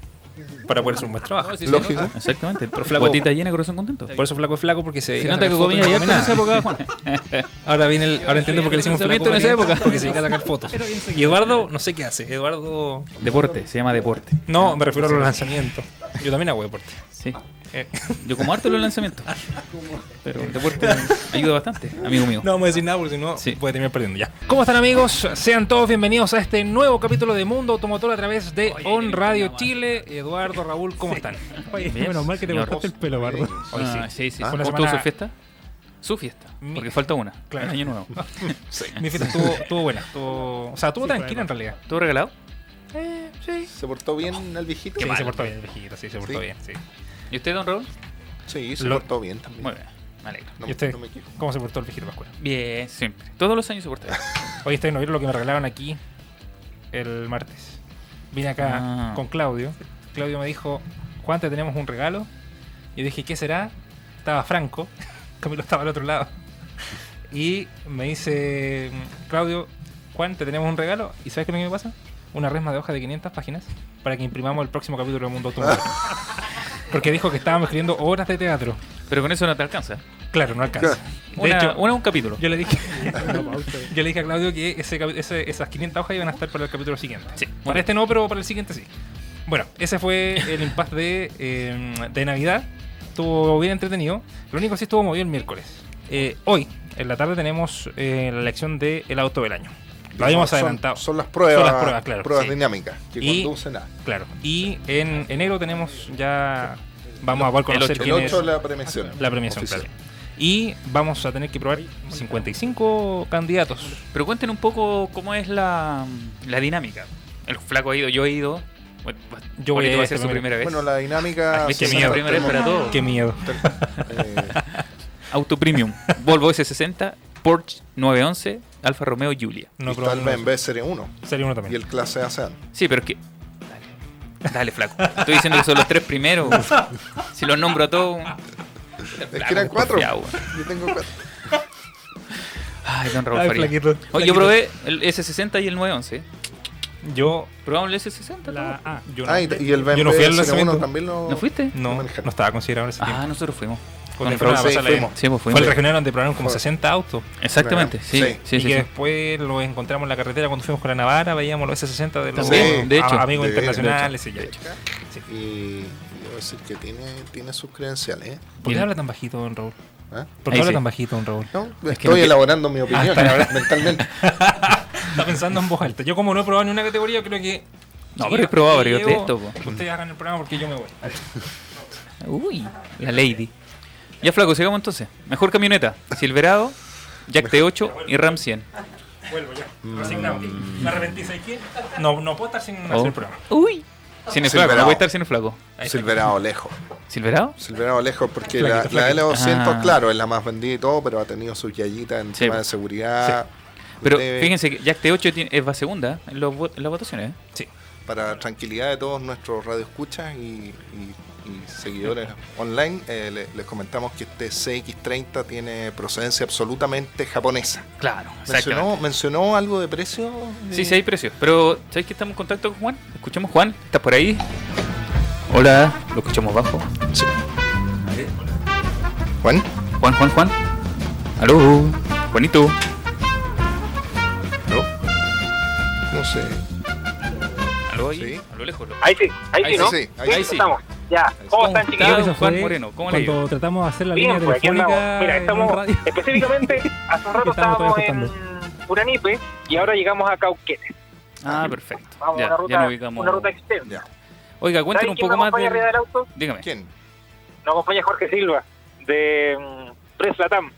C: para poder hacer un buen trabajo.
E: Lógico.
D: Exactamente.
C: Pero ¿Ah? [laughs] flaco-
D: Gotita llena, corazón contento.
C: Por eso flaco es flaco porque se.
D: Si no te comía ayer, en esa época, Juan.
C: [laughs] Ahora viene el, ahora entiendo por qué le hicimos flaco
D: Pensamiento en esa época.
C: porque se dedica a sacar fotos. Y Eduardo no sé qué hace. Eduardo
D: Deporte, se llama deporte.
C: no, me refiero a los lanzamientos. Yo también hago deporte.
D: Sí.
C: Eh, Ah,
D: Yo como harto los lanzamientos. Pero el deporte ayuda bastante, amigo mío.
C: No vamos a decir nada porque si no
D: Sí.
C: puede terminar perdiendo ya. ¿Cómo están amigos? Sean todos bienvenidos a este nuevo capítulo de Mundo Automotor a través de
D: Oye,
C: On
D: qué
C: Radio
D: lindo,
C: Chile. Eduardo, Raúl, ¿cómo [laughs] están?
J: Oye,
D: Bien,
J: menos mal que te
E: Oh,
D: señor.
J: cortaste el pelo, Bardo.
D: Ah, sí, sí.
C: Ah.
D: ¿Cómo
C: Una
D: estuvo
C: semana-
D: su fiesta? Su fiesta.
C: Mi-
D: Porque falta una.
C: Claro.
D: El año nuevo.
C: Mi fiesta estuvo, estuvo buena. estuvo- o sea, estuvo tranquila en realidad.
D: ¿Todo regalado?
E: ¿Se portó bien el viejito?
C: Sí,
E: Sí,
C: se portó bien, el viejito, sí, se portó
E: Sí.
C: bien. Sí.
D: ¿Y usted, don Raúl?
E: Sí, se
C: Lo-
E: portó bien también.
D: Muy bien. Me alegro.
E: No,
C: ¿Y este, usted?
E: no me equivoco.
C: ¿Cómo se portó el viejito Pascual?
D: Bien, siempre. Todos los años se porta bien.
C: Hoy ustedes no vieron lo que me regalaron aquí el martes. Vine acá
D: Ah.
C: con Claudio. Claudio me dijo, Juan, te tenemos un regalo. Y dije, ¿qué será? Estaba Franco. [laughs] Camilo estaba al otro lado. Y me dice, Claudio, Juan, te tenemos un regalo. ¿Y sabes qué es lo que me pasa? Una resma de hoja de 500 páginas para que imprimamos el próximo capítulo de Mundo Automóvil. Porque dijo que estábamos escribiendo obras de teatro.
D: Pero con eso no te alcanza.
C: Claro, no alcanza. De
D: una,
C: hecho,
D: una un capítulo.
C: yo le dije,
E: Ah,
C: [laughs] yo le dije a Claudio que ese capi- ese- esas 500 hojas iban a estar para el capítulo siguiente.
D: Sí.
C: Para este no, pero para el siguiente sí. Bueno, ese fue el impasse de, eh, de Navidad. Estuvo bien entretenido. Lo único que sí estuvo movido el miércoles. Eh, hoy, en la tarde, tenemos eh, la elección del el auto del año. Lo habíamos
E: Son-
C: adelantado.
E: Son las pruebas,
C: Son las pruebas, claro. sí.
E: dinámicas que
C: Y-
E: conducen a.
C: Claro. Y en enero tenemos ya. Vamos a poder
D: El
C: conocer
D: ocho.
E: El
C: quién es
E: 8 la premiación.
C: la premiación.
E: oficial.
C: claro. Y vamos a tener que probar 55 candidatos.
D: Pero cuenten un poco cómo es la, la dinámica. El flaco ha ido, yo he ido. Bueno,
C: Yo voy
D: Juanito
C: a
D: va
C: ir
D: a ser su
C: primero.
D: primera vez.
E: Bueno, la
C: Ah,
E: dinámica.
D: Viste,
E: sí,
D: mi
E: no,
D: primera vez para
E: tenemos-
D: todo.
C: Qué miedo.
E: eh,
D: Auto Premium, Volvo S60, Porsche 911, Alfa Romeo Giulia.
C: [laughs] No
E: y está el
C: probamos.
E: BMW Serie 1
C: Sería uno
E: y
C: también.
E: el clase A Sedan.
D: Sí, pero es que. Dale, dale, flaco. Estoy diciendo que son los tres
C: [laughs]
D: primeros. Si los nombro a todos.
E: Es que eran cuatro.
D: porfiado, weón.
E: Yo tengo cuatro.
D: Ay, don Raúl
C: Ay,
D: Faría.
C: flaquito,
D: Oye,
C: flaquito.
D: yo probé el S60 y el 911.
C: Yo.
D: Probamos el S60.
J: La A.
C: yo
E: Ah, y, y el BMW
C: yo no fui al
E: Serie 1
C: lanzamiento.
E: también lo.
D: ¿No fuiste?
C: No, no
E: manejaron.
C: estaba considerado en ese tiempo.
D: Ah, nosotros fuimos.
C: Cuando
D: con
C: fueron a
E: Raúl, sí,
C: pasar la demo.
E: fuimos.
D: Sí, pues
C: Fue el
D: fuimos.
C: regional donde probaron como
E: Fue.
C: 60 autos.
D: Exactamente, sí.
E: Sí.
D: Sí, sí,
C: y
D: sí.
C: que después los encontramos en la carretera cuando fuimos con la Navarra, veíamos los S60 de los
E: También,
D: de hecho.
C: amigos
E: De-
C: internacionales. y ya.
E: Y, y debo decir que tiene, tiene sus credenciales. ¿eh?
C: ¿Por qué
D: Bien.
C: habla tan bajito, don Raúl?
E: ¿Ah?
C: ¿Por qué
D: Ahí
C: habla
D: sí.
C: tan bajito, don Raúl?
E: No, estoy
D: que no Ah, quiere-
E: elaborando mi opinión [laughs] mentalmente.
C: Está pensando en voz alta. Yo, como no he probado ni una categoría, creo que.
D: No, pero he probado varios
C: Diego,
D: de estos, po.
C: Ustedes hagan el programa porque yo me voy.
D: Uy, la Lady. Ya, flaco, sigamos entonces. Mejor camioneta: Silverado, Jack T8 y Ram 100.
C: Vuelvo ya. Resignado. Me arrepentí, ¿sabes qué? No, no puedo estar sin hacer el programa.
D: Oh. Uy. Sin el flaco, no
E: Silverado.
D: voy a estar sin el flaco.
E: Silverado lejos.
D: ¿Silverado?
E: Silverado lejos porque la,
C: Flaquito,
E: la L200,
D: Ah.
E: claro, es la más vendida y todo, pero ha tenido sus yayitas en
D: Sí,
E: tema
D: po.
E: de seguridad.
D: Pero
E: leve,
D: fíjense que Jack T8 tiene- es- va segunda ¿eh? en, los vo- en las votaciones. ¿eh?
C: Sí.
E: Para tranquilidad de todos nuestros radioescuchas y, y- y seguidores online, eh, le- les comentamos que este CX30 tiene procedencia absolutamente japonesa.
D: Claro,
E: ¿Mencionó, mencionó algo de precio?
D: Sí, sí hay precios. Pero, ¿sabéis que estamos en contacto con Juan? Escuchemos, Juan, ¿estás por ahí? Hola, lo escuchamos bajo.
E: Juan,
D: Juan, Juan, Juan. Aló, Juanito. Aló,
E: no sé.
D: aló ahí,
E: Sí.
D: a lo lejos. lo-
K: Ahí sí, ahí,
D: Ahí
K: sí, ¿no?
E: sí, ahí
K: Listo,
E: sí.
K: estamos. Ya. ¿Cómo están,
D: está?
G: Ah,
K: chiquillos?
D: Juan Moreno, ¿cómo le ha
J: Cuando tratamos de hacer la
K: Bien,
J: línea
K: pues aquí andamos.
J: telefónica
K: Mira,
J: en un
K: estamos
D: [laughs]
J: radio.
K: específicamente, hace un
J: Estamos
K: rato estábamos
J: todavía
K: en Uranipe y ahora llegamos a Cauquenes.
D: Ah, perfecto.
K: Vamos a
D: Ya,
K: una
D: ya
K: ruta,
D: nos ubicamos.
K: una ruta extensa.
E: Ya.
D: Oiga, cuéntanos
K: ¿Sabes
D: un
K: quién me
D: poco más
K: acompaña arriba
D: de...
K: del auto?
D: Dígame.
E: ¿Quién?
K: Nos acompaña Jorge Silva, de mm, Press Latam.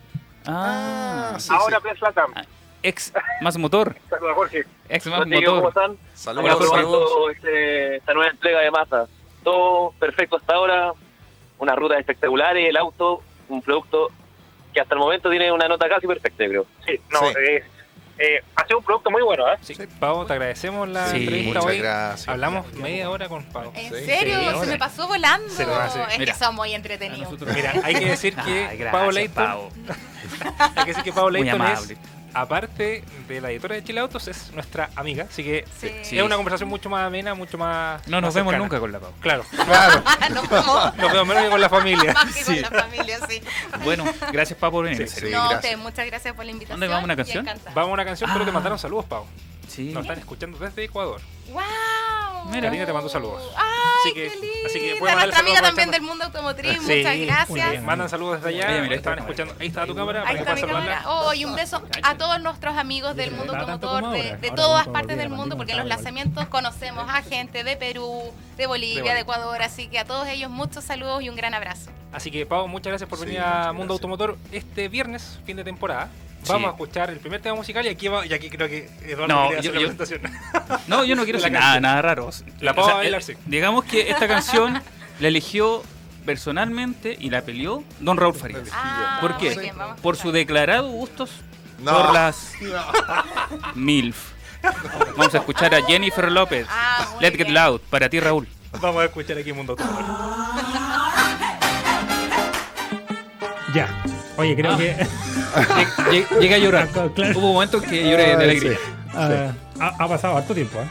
D: Ah,
E: sí,
K: Ahora
E: sí.
K: Press Latam.
D: Ah. ex más motor.
K: Saludos, Jorge.
D: Ex más
K: Hola, chiquillos, ¿Cómo
D: motor.
K: están?
E: Saludos,
K: Estamos
D: Jorge.
K: probando
E: saludos.
K: este, esta nueva entrega de masa. Todo perfecto hasta ahora, unas rutas espectaculares, el auto, un producto que hasta el momento tiene una nota casi perfecta, creo. Sí,
E: no, Sí.
K: ha sido eh, un producto muy bueno, ¿eh?
C: Sí. Pavo, te agradecemos la
D: Sí.
C: entrevista
E: Muchas
C: hoy.
E: gracias.
C: Hablamos media hora con Pavo.
E: Sí.
L: ¿En
C: Sí,
L: serio? se
C: ahora.
L: me pasó volando.
C: Se lo hace.
L: Es
D: Mira.
L: que son muy
D: A [laughs]
L: entretenidos.
D: nosotros-
C: Mira, hay que decir que
D: Ay, Ah, gracias,
C: Pavo Leighton,
D: Pavo.
C: hay que decir que Pavo
D: Muy
C: Leighton
D: amable.
C: es
G: aparte de la editora de Chile Autos, es nuestra amiga. Así que
L: Sí.
D: Sí.
G: es una conversación mucho más amena, mucho más.
D: No nos
G: más
D: vemos
G: cercana.
D: nunca con la Pau.
G: Claro, [laughs]
L: [laughs]
G: claro.
L: Nos vemos.
G: Nos vemos menos que con la familia.
L: [laughs] Más que
D: Sí.
L: con la familia, sí.
D: Bueno, gracias Pau por venir. en
E: Sí,
D: serio.
E: sí.
L: no, a
E: gracias.
L: ustedes, muchas gracias por la invitación.
D: ¿Dónde vamos una
L: y
D: canción?
L: encantada.
G: Vamos a una canción, pero te
D: Ah.
G: mandaron saludos, Pau.
D: Sí.
G: Nos están escuchando desde Ecuador.
L: ¡Wow!
D: Mira.
G: Karina te mando saludos.
L: ¡Ay,
G: Así que-
L: qué linda!
G: así que puedes
L: A
G: mandarle
L: nuestra amiga
G: saludos a
L: también
G: nuestra-
L: del mundo automotriz,
G: Sí,
L: muchas
G: muy
L: gracias.
C: bien.
G: Mandan saludos desde allá.
D: Mira, mira, ahí
G: estaban
D: está.
G: escuchando. Ahí está tu cámara.
L: Ahí
G: para que
L: está mi
G: puedas
L: cámara.
G: saludarla.
L: Oh, y un beso a todos nuestros amigos del mundo
C: Tanto
L: automotor,
C: como
L: de,
C: ahora.
L: de
C: Ahora
L: todas
C: como
L: partes
C: todo
L: del
C: día,
L: mundo,
C: la
L: porque
C: pandemia
L: los
C: está
L: lanzamientos conocemos a gente de Perú, de Bolivia,
G: Bolivia.
L: de Ecuador, así que a todos ellos muchos saludos y un gran abrazo.
G: Así que, Pau, muchas gracias por
E: Sí,
G: venir
E: muchas
G: a
E: gracias.
G: Mundo Automotor este viernes, fin de temporada.
D: Sí.
G: Vamos a escuchar el primer tema musical y aquí, va, y aquí creo que Eduardo
D: No,
G: quería hacer
D: yo-
G: la
D: yo-
G: presentación.
D: No, yo no quiero
G: La
D: decir nada,
G: canción.
D: nada raro.
G: La Pau va a
D: eh,
G: bailar, sí.
D: Digamos que
G: [laughs]
D: esta canción la eligió personalmente y la peleó Don Raúl Farías.
L: Ah,
D: ¿Por qué?
L: muy bien, vamos a
D: Por su
L: escuchar.
D: declarado gustos
E: No.
D: por las MILF. Vamos a escuchar a Jennifer López.
L: Ah, muy
D: Let's Get
L: bien.
D: Loud, para ti Raúl.
G: Vamos a escuchar aquí Mundo Automotor.
C: Ya. Oye,
G: Ah. [laughs]
C: creo que. eh,
D: Llega, a llorar.
C: Claro.
D: Hubo momentos que lloré de alegría.
C: ah, ha, ha pasado harto tiempo, ¿eh?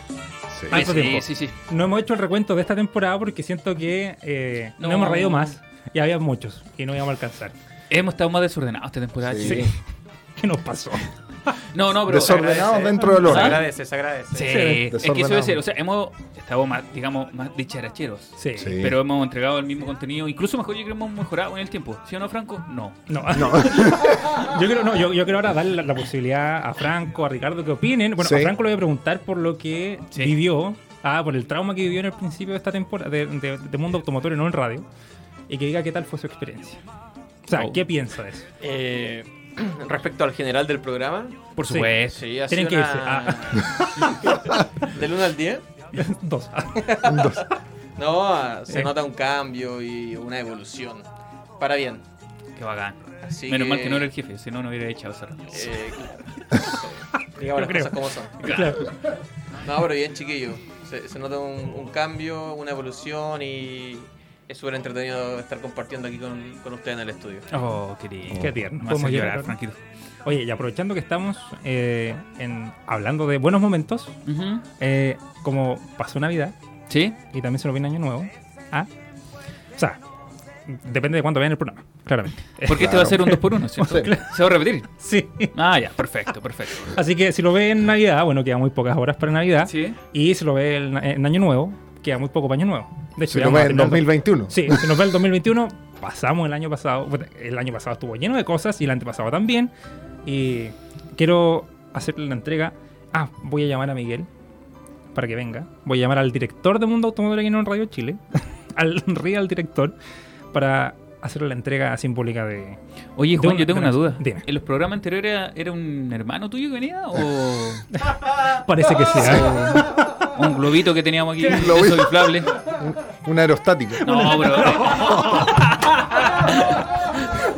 E: Sí.
C: Harto
D: Sí,
C: tiempo.
D: sí, sí.
C: No hemos hecho el recuento de esta temporada porque siento que eh, no.
D: No.
C: hemos reído más y había muchos que no íbamos a alcanzar.
D: Hemos estado más desordenados esta temporada.
E: Sí.
D: chicos.
C: ¿Qué nos pasó?
D: No, no, pero.
E: Desordenados dentro del
D: Se
E: orden.
K: agradece, se agradece.
D: Sí,
E: Sí,
D: es que eso es
E: desordenado.
D: O sea, hemos estado más, digamos, más dicharacheros.
C: Sí.
E: Sí.
D: Pero hemos entregado el mismo contenido. Incluso mejor, yo creo que hemos mejorado en el tiempo. ¿Sí o no, Franco? No.
C: No. [laughs] yo creo, no, yo, yo quiero ahora darle la, la posibilidad a Franco, a Ricardo que opinen. Bueno,
E: Sí.
C: a Franco le voy a preguntar por lo que
D: Sí.
C: vivió, ah, por el trauma que vivió en el principio de esta temporada de, de- de mundo automotor y no en radio. Y que diga qué tal fue su experiencia. O sea,
D: Oh.
C: ¿qué piensa de eso?
K: Eh, [clears throat] respecto al general del programa,
D: Por
C: Sí.
D: supuesto.
K: sí, ha
C: Tienen
K: sido
C: que irse.
D: [laughs]
K: una- Ah. Del 1 al 10,
C: [laughs] Dos.
K: no, ah, se
C: Eh.
K: nota un cambio y una evolución. Para bien.
D: Qué bacán.
K: Así
D: Menos mal que no era el jefe, si no, no hubiera echado esa razón.
K: eh, claro. Digamos las
C: creo.
K: cosas como son.
C: Claro.
K: No, pero bien, chiquillo. Se, se nota un, un cambio, una evolución y es súper entretenido estar compartiendo aquí con, con ustedes en el estudio.
D: Oh, qué lindo.
C: Qué tierno.
D: Me hace
C: Podemos
D: llorar,
C: llorar.
D: Franquito.
C: Oye, y aprovechando que estamos eh, en- hablando de buenos momentos,
D: Ujú.
C: eh, como pasó Navidad
D: ¿Sí?
C: y también se nos viene Año Nuevo, ¿ah? o sea, depende de cuándo vean el programa, claramente. Eh,
D: Porque este va a ser un 2 por 1 ¿cierto?
E: Sí.
D: ¿Se va a repetir?
C: Sí.
D: Ah, ya, perfecto, perfecto.
C: Así que si lo ve en Navidad, bueno, queda muy pocas horas para Navidad.
D: Sí.
C: Y si lo ve en, en Año Nuevo, queda muy poco para Año Nuevo. De hecho,
E: Si
C: ya
E: lo
C: vamos a
E: ves en
C: tener-
E: 2021.
C: Sí, si nos ve el 2021, pasamos el año pasado. Bueno, El año pasado estuvo lleno de cosas y el antepasado también. Y quiero hacerle la entrega. Ah, voy a llamar a Miguel para que venga. Voy a llamar al director de Mundo Automotor aquí en Radio Chile, [laughs] al real director, para hacerle la entrega simbólica de.
D: Oye,
C: De
D: Juan,
C: una-
D: yo tengo
C: de
D: una
C: una-
D: duda.
C: Dime.
D: ¿En los programas anteriores era, era un hermano tuyo que venía o
C: Parece que ¿eh? sea.
D: un globito que teníamos aquí? Un
E: globito?
D: inflable.
E: Un aerostático.
D: No, pero.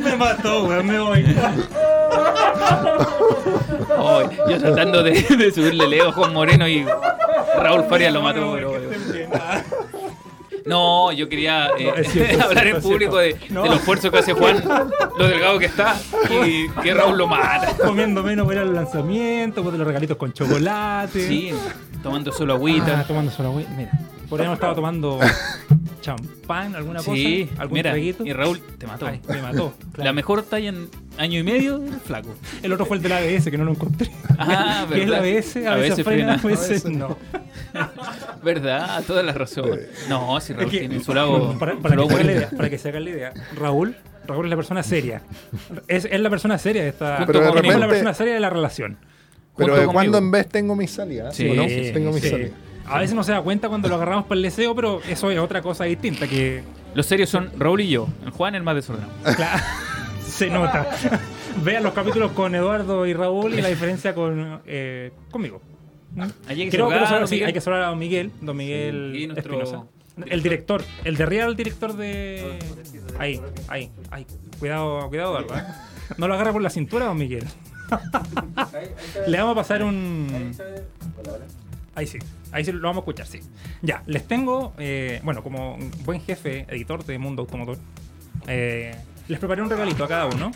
C: [laughs] me mató, weón, me voy.
D: Ay, yo tratando de, [laughs] de subirle Leo a Juan Moreno y Raúl Faria lo mató. pero-
C: Ah,
D: No, yo quería eh,
C: es cierto,
D: [laughs] hablar en
C: es cierto,
D: público de,
C: es cierto. No.
D: del esfuerzo que hace Juan, lo delgado que está y que Raúl lo mata.
C: Comiendo menos, ver el lanzamiento, pues, de los regalitos con chocolate.
D: Sí, tomando solo
C: Ah,
D: agüita.
C: tomando solo agüita. Mira, por ahí no estaba
D: [laughs]
C: tomando champán, alguna cosa.
D: Sí,
C: algún
D: mira,
C: traguito.
D: y Raúl te mató.
C: Ay, me mató.
D: La mejor talla en año y medio el flaco.
C: El otro fue el del ABS, que no lo encontré.
D: Ah,
C: [laughs] Que es el
D: verdad.
C: ABS, a
D: A
C: veces
D: veces
C: frena, a
D: frena.
C: veces no.
D: ¿Verdad? Toda la razón. No, si Raúl
C: Es que-
D: tiene su
C: [laughs]
D: lado.
C: para,
D: su
C: para
D: lado
C: que se hagan la
D: bueno.
C: idea, para que se hagan la idea, Raúl, Raúl es la persona seria. Es, es la persona seria de esta.
E: Pero de
C: es como la
E: repente-
C: persona seria de la relación.
E: Pero
D: junto
E: de cuando
D: conmigo.
E: en vez tengo mis salidas.
D: Sí,
E: ¿o no?
D: sí,
E: tengo mis
C: sí.
E: salidas.
C: A veces no se da cuenta cuando lo agarramos para el deseo, pero eso es otra cosa distinta que
D: Los serios son Raúl y yo. El Juan el más desordenado.
C: Claro, [laughs] se nota. [laughs] Vean los capítulos con Eduardo y Raúl y la diferencia con eh, conmigo.
D: Allí hay que
C: Creo que
D: saludar,
C: sí,
D: Miguel.
C: hay que saludar a don Miguel, don Miguel
D: y nuestro
C: Espinosa. El director, el de Real director de. Ahí, ahí, ahí. Cuidado, cuidado, Eduardo. ¿eh? No lo agarra por la cintura, don Miguel. [laughs] Le vamos a pasar un. Ahí sí, ahí sí lo vamos a escuchar, sí. Ya, les tengo, eh, bueno, como buen jefe, editor de Mundo Automotor, eh, les preparé un regalito a cada uno.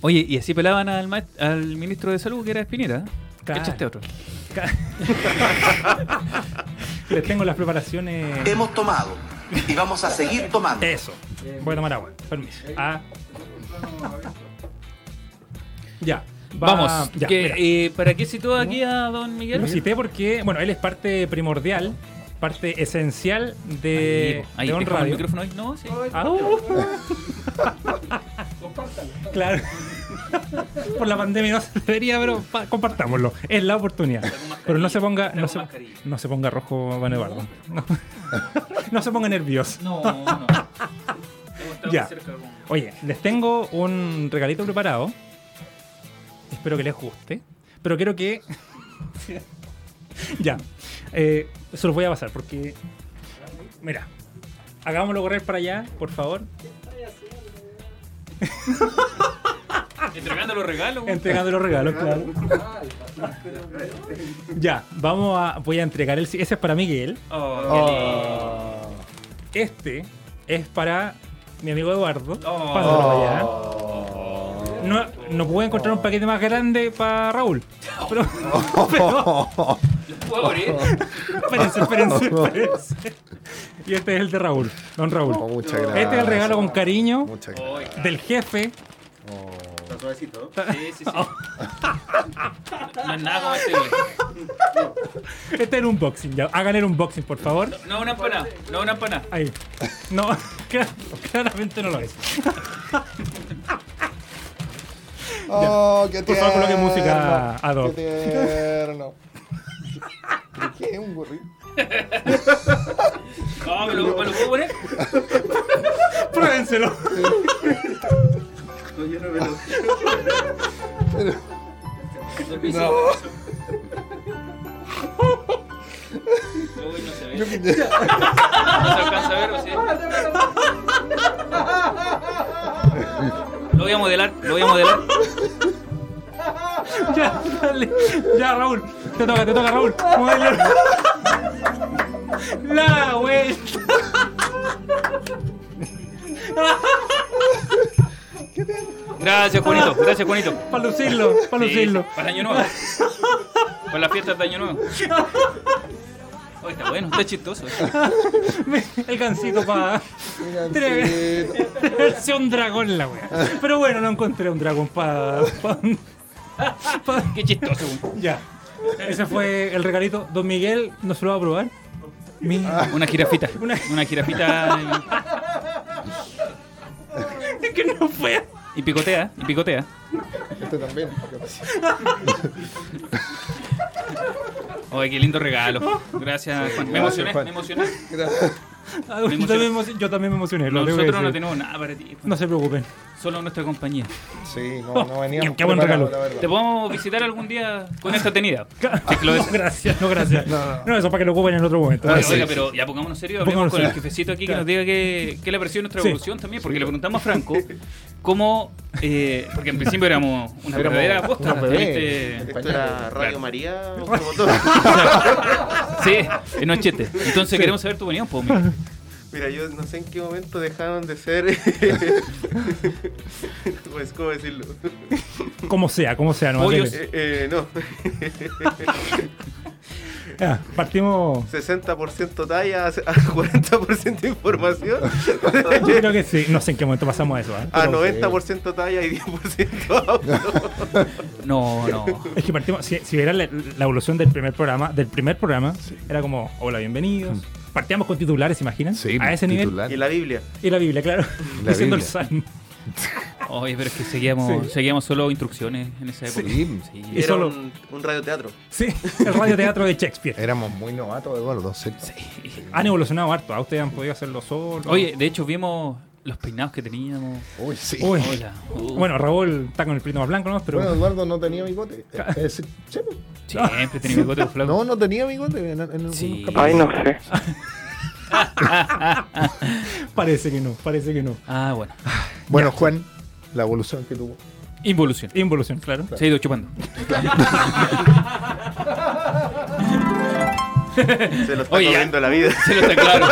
D: Oye, y así pelaban al, ma- al ministro de Salud, que era Espinera.
C: Claro.
D: Echaste otro.
C: [laughs] Les tengo las preparaciones.
M: Hemos tomado y vamos a seguir tomando.
C: Eso. Voy a tomar agua. Permiso. Ah. ya. va-
D: Vamos.
C: ya,
D: que,
C: mira.
D: eh, ¿Para qué citó aquí a don Miguel?
C: Lo cité porque, bueno, él es parte primordial, parte esencial de,
D: Eh, Ahí,
C: de On
D: dejamos el
C: Radio.
D: micrófono ahí. No, sí.
C: Ah, uh. [laughs] claro. Por la pandemia no se debería, pero pa- compartámoslo. Es la oportunidad. Pero no se ponga, no se, no se ponga rojo, Van Eduardo. No, [laughs] No se ponga nervioso. [laughs]
D: No, no.
C: Ya. Oye, les tengo un regalito preparado. Espero que les guste. Pero quiero que. [laughs] ya. Eh, se los voy a pasar porque. Mira. Hagámoslo correr para allá, por favor.
D: Entregando los regalos.
C: Entregando los regalos, claro. Ya, vamos a. Voy a entregar el. Ese es para Miguel. oh.
D: Oh,
C: Este es para mi amigo Eduardo.
D: Oh.
C: Pásalo para allá. No, no pude encontrar un paquete más grande para Raúl. Pero, pero-
D: ¿Puedo
C: Oh.
D: abrir?
C: espérense,
E: [laughs]
C: espérense, espérense. Y este es el de Raúl, don Raúl.
E: Oh, muchas
C: Este es el
E: gracias.
C: regalo con cariño
E: Muchas
C: del jefe.
M: Está suavecito.
D: Sí,
C: [laughs]
D: sí, sí. No es nada como este, güey.
C: Este es el unboxing. Ya. Hagan el unboxing, por favor.
D: No una empanada. No una empanada.
C: Ahí. No, [laughs] clar- claramente no lo es.
E: Oh, qué
C: Por
E: tierno.
C: favor, coloque música ad hoc.
E: Qué [laughs] tierno. ¿Pero ¿Qué es un gorrito?
D: No, me lo, me lo puedo poner.
C: Pruébenselo.
D: No. Uy, no se ve. No se alcanza a ver, ¿o sí? Lo voy a modelar, lo voy a modelar.
C: [laughs] Ya, dale. Ya, Raúl. Te toca, te toca, Raúl. Modelo. La wey.
D: Gracias, Juanito. Gracias, Juanito.
C: Para lucirlo, para
D: Sí,
C: lucirlo.
D: Para el año nuevo. Para las fiestas de año nuevo. Oh, está bueno, está chistoso.
C: [laughs] El gancito para. Versión dragón la wea. Pero bueno, no encontré un dragón para.
D: Qué chistoso. güey.
C: Ya. Ese fue el regalito. Don Miguel, ¿no se lo va a probar? Mi-
D: Una jirafita. Una, jirafita
C: Es que no fue.
D: y, y picotea, y picotea.
E: Este también.
D: Oye, qué lindo regalo. Gracias, Juan. Me emocioné,
E: Juan.
D: me emocioné.
C: Ah,
D: Me
C: Yo también, me emoc- yo también me emocioné. lo tengo que
D: Nosotros no
C: decir.
D: tenemos nada para ti. Juan.
C: No se preocupen.
D: Solo nuestra compañía.
E: Sí, no, no veníamos.
C: Qué buen regalo.
E: preparados,
D: Te
E: la verdad.
D: podemos visitar algún día con esta tenida.
C: [laughs] No, gracias, no, gracias. No, eso es para que lo ocupen en otro momento.
D: Oye,
C: Gracias.
D: oiga, pero ya pongámonos serio, hablemos
C: Pongámonos
D: con el
C: serio.
D: jefecito aquí que
C: Claro.
D: nos diga qué, qué le pareció nuestra
C: Sí.
D: evolución también, porque le preguntamos a Franco cómo. eh, porque en principio éramos una
E: Éramos
D: verdadera aposta.
E: unos bebés.
D: ¿viste?
K: Esto era
D: Claro.
K: Radio María. o
D: Sí, en Nochete. Entonces queremos saber tu opinión, pues, po, mira.
K: Mira, yo no sé en qué momento dejaron
M: [laughs]
K: de ser. pues, ¿cómo decirlo?
C: Como sea, como sea. No,
D: Pollos.
C: dele.
K: Eh, eh, no.
C: Ya, partimos.
K: 60% talla,
M: [laughs]
K: a 40% información,
D: [laughs]
C: Yo creo que sí. No sé en qué momento pasamos a eso. ¿eh?
K: a 90% talla y 10%
D: [laughs]
K: audio.
D: No, no.
C: Es que partimos. Si, si vieran la, la evolución del primer programa, del primer programa, era como: Hola, bienvenidos. Partíamos con titulares, ¿se imaginan?
E: Hmm. Sí, pues,
C: a ese nivel.
E: titular.
K: Y la Biblia.
C: Y la Biblia, claro.
E: La
C: Diciendo el
E: Biblia.
C: salmo.
D: Oye, pero es que seguíamos, seguíamos solo instrucciones en esa época.
E: Sí.
D: Sí.
K: Era
C: solo-
K: un, un radioteatro.
C: Sí, el radioteatro de Shakespeare.
E: Éramos muy novatos, Eduardo. Sí. Eh.
C: Han evolucionado harto. A ustedes han podido hacerlo solo.
D: Oye, de hecho vimos los peinados que teníamos.
E: Uy, sí.
C: Uy.
D: Hola. Uh,
C: Bueno, Raúl está con el pelito más blanco, ¿no? Pero.
E: Bueno, Eduardo no tenía bigote. Eh, eh, sí, sí, pues.
D: siempre tenía bigote flaco.
E: No, no tenía bigote en, en
D: Sí.
E: algunos
D: Ay,
E: capítulos.
D: no
K: sé.
C: Parece que no, parece que no.
D: Ah, bueno.
E: Bueno, Juan, la evolución que tuvo.
D: Involución.
C: Involución, claro.
D: Se ha ido chupando.
K: Se lo está
D: Oye, ya.
K: comiendo la vida.
D: Se lo está claro.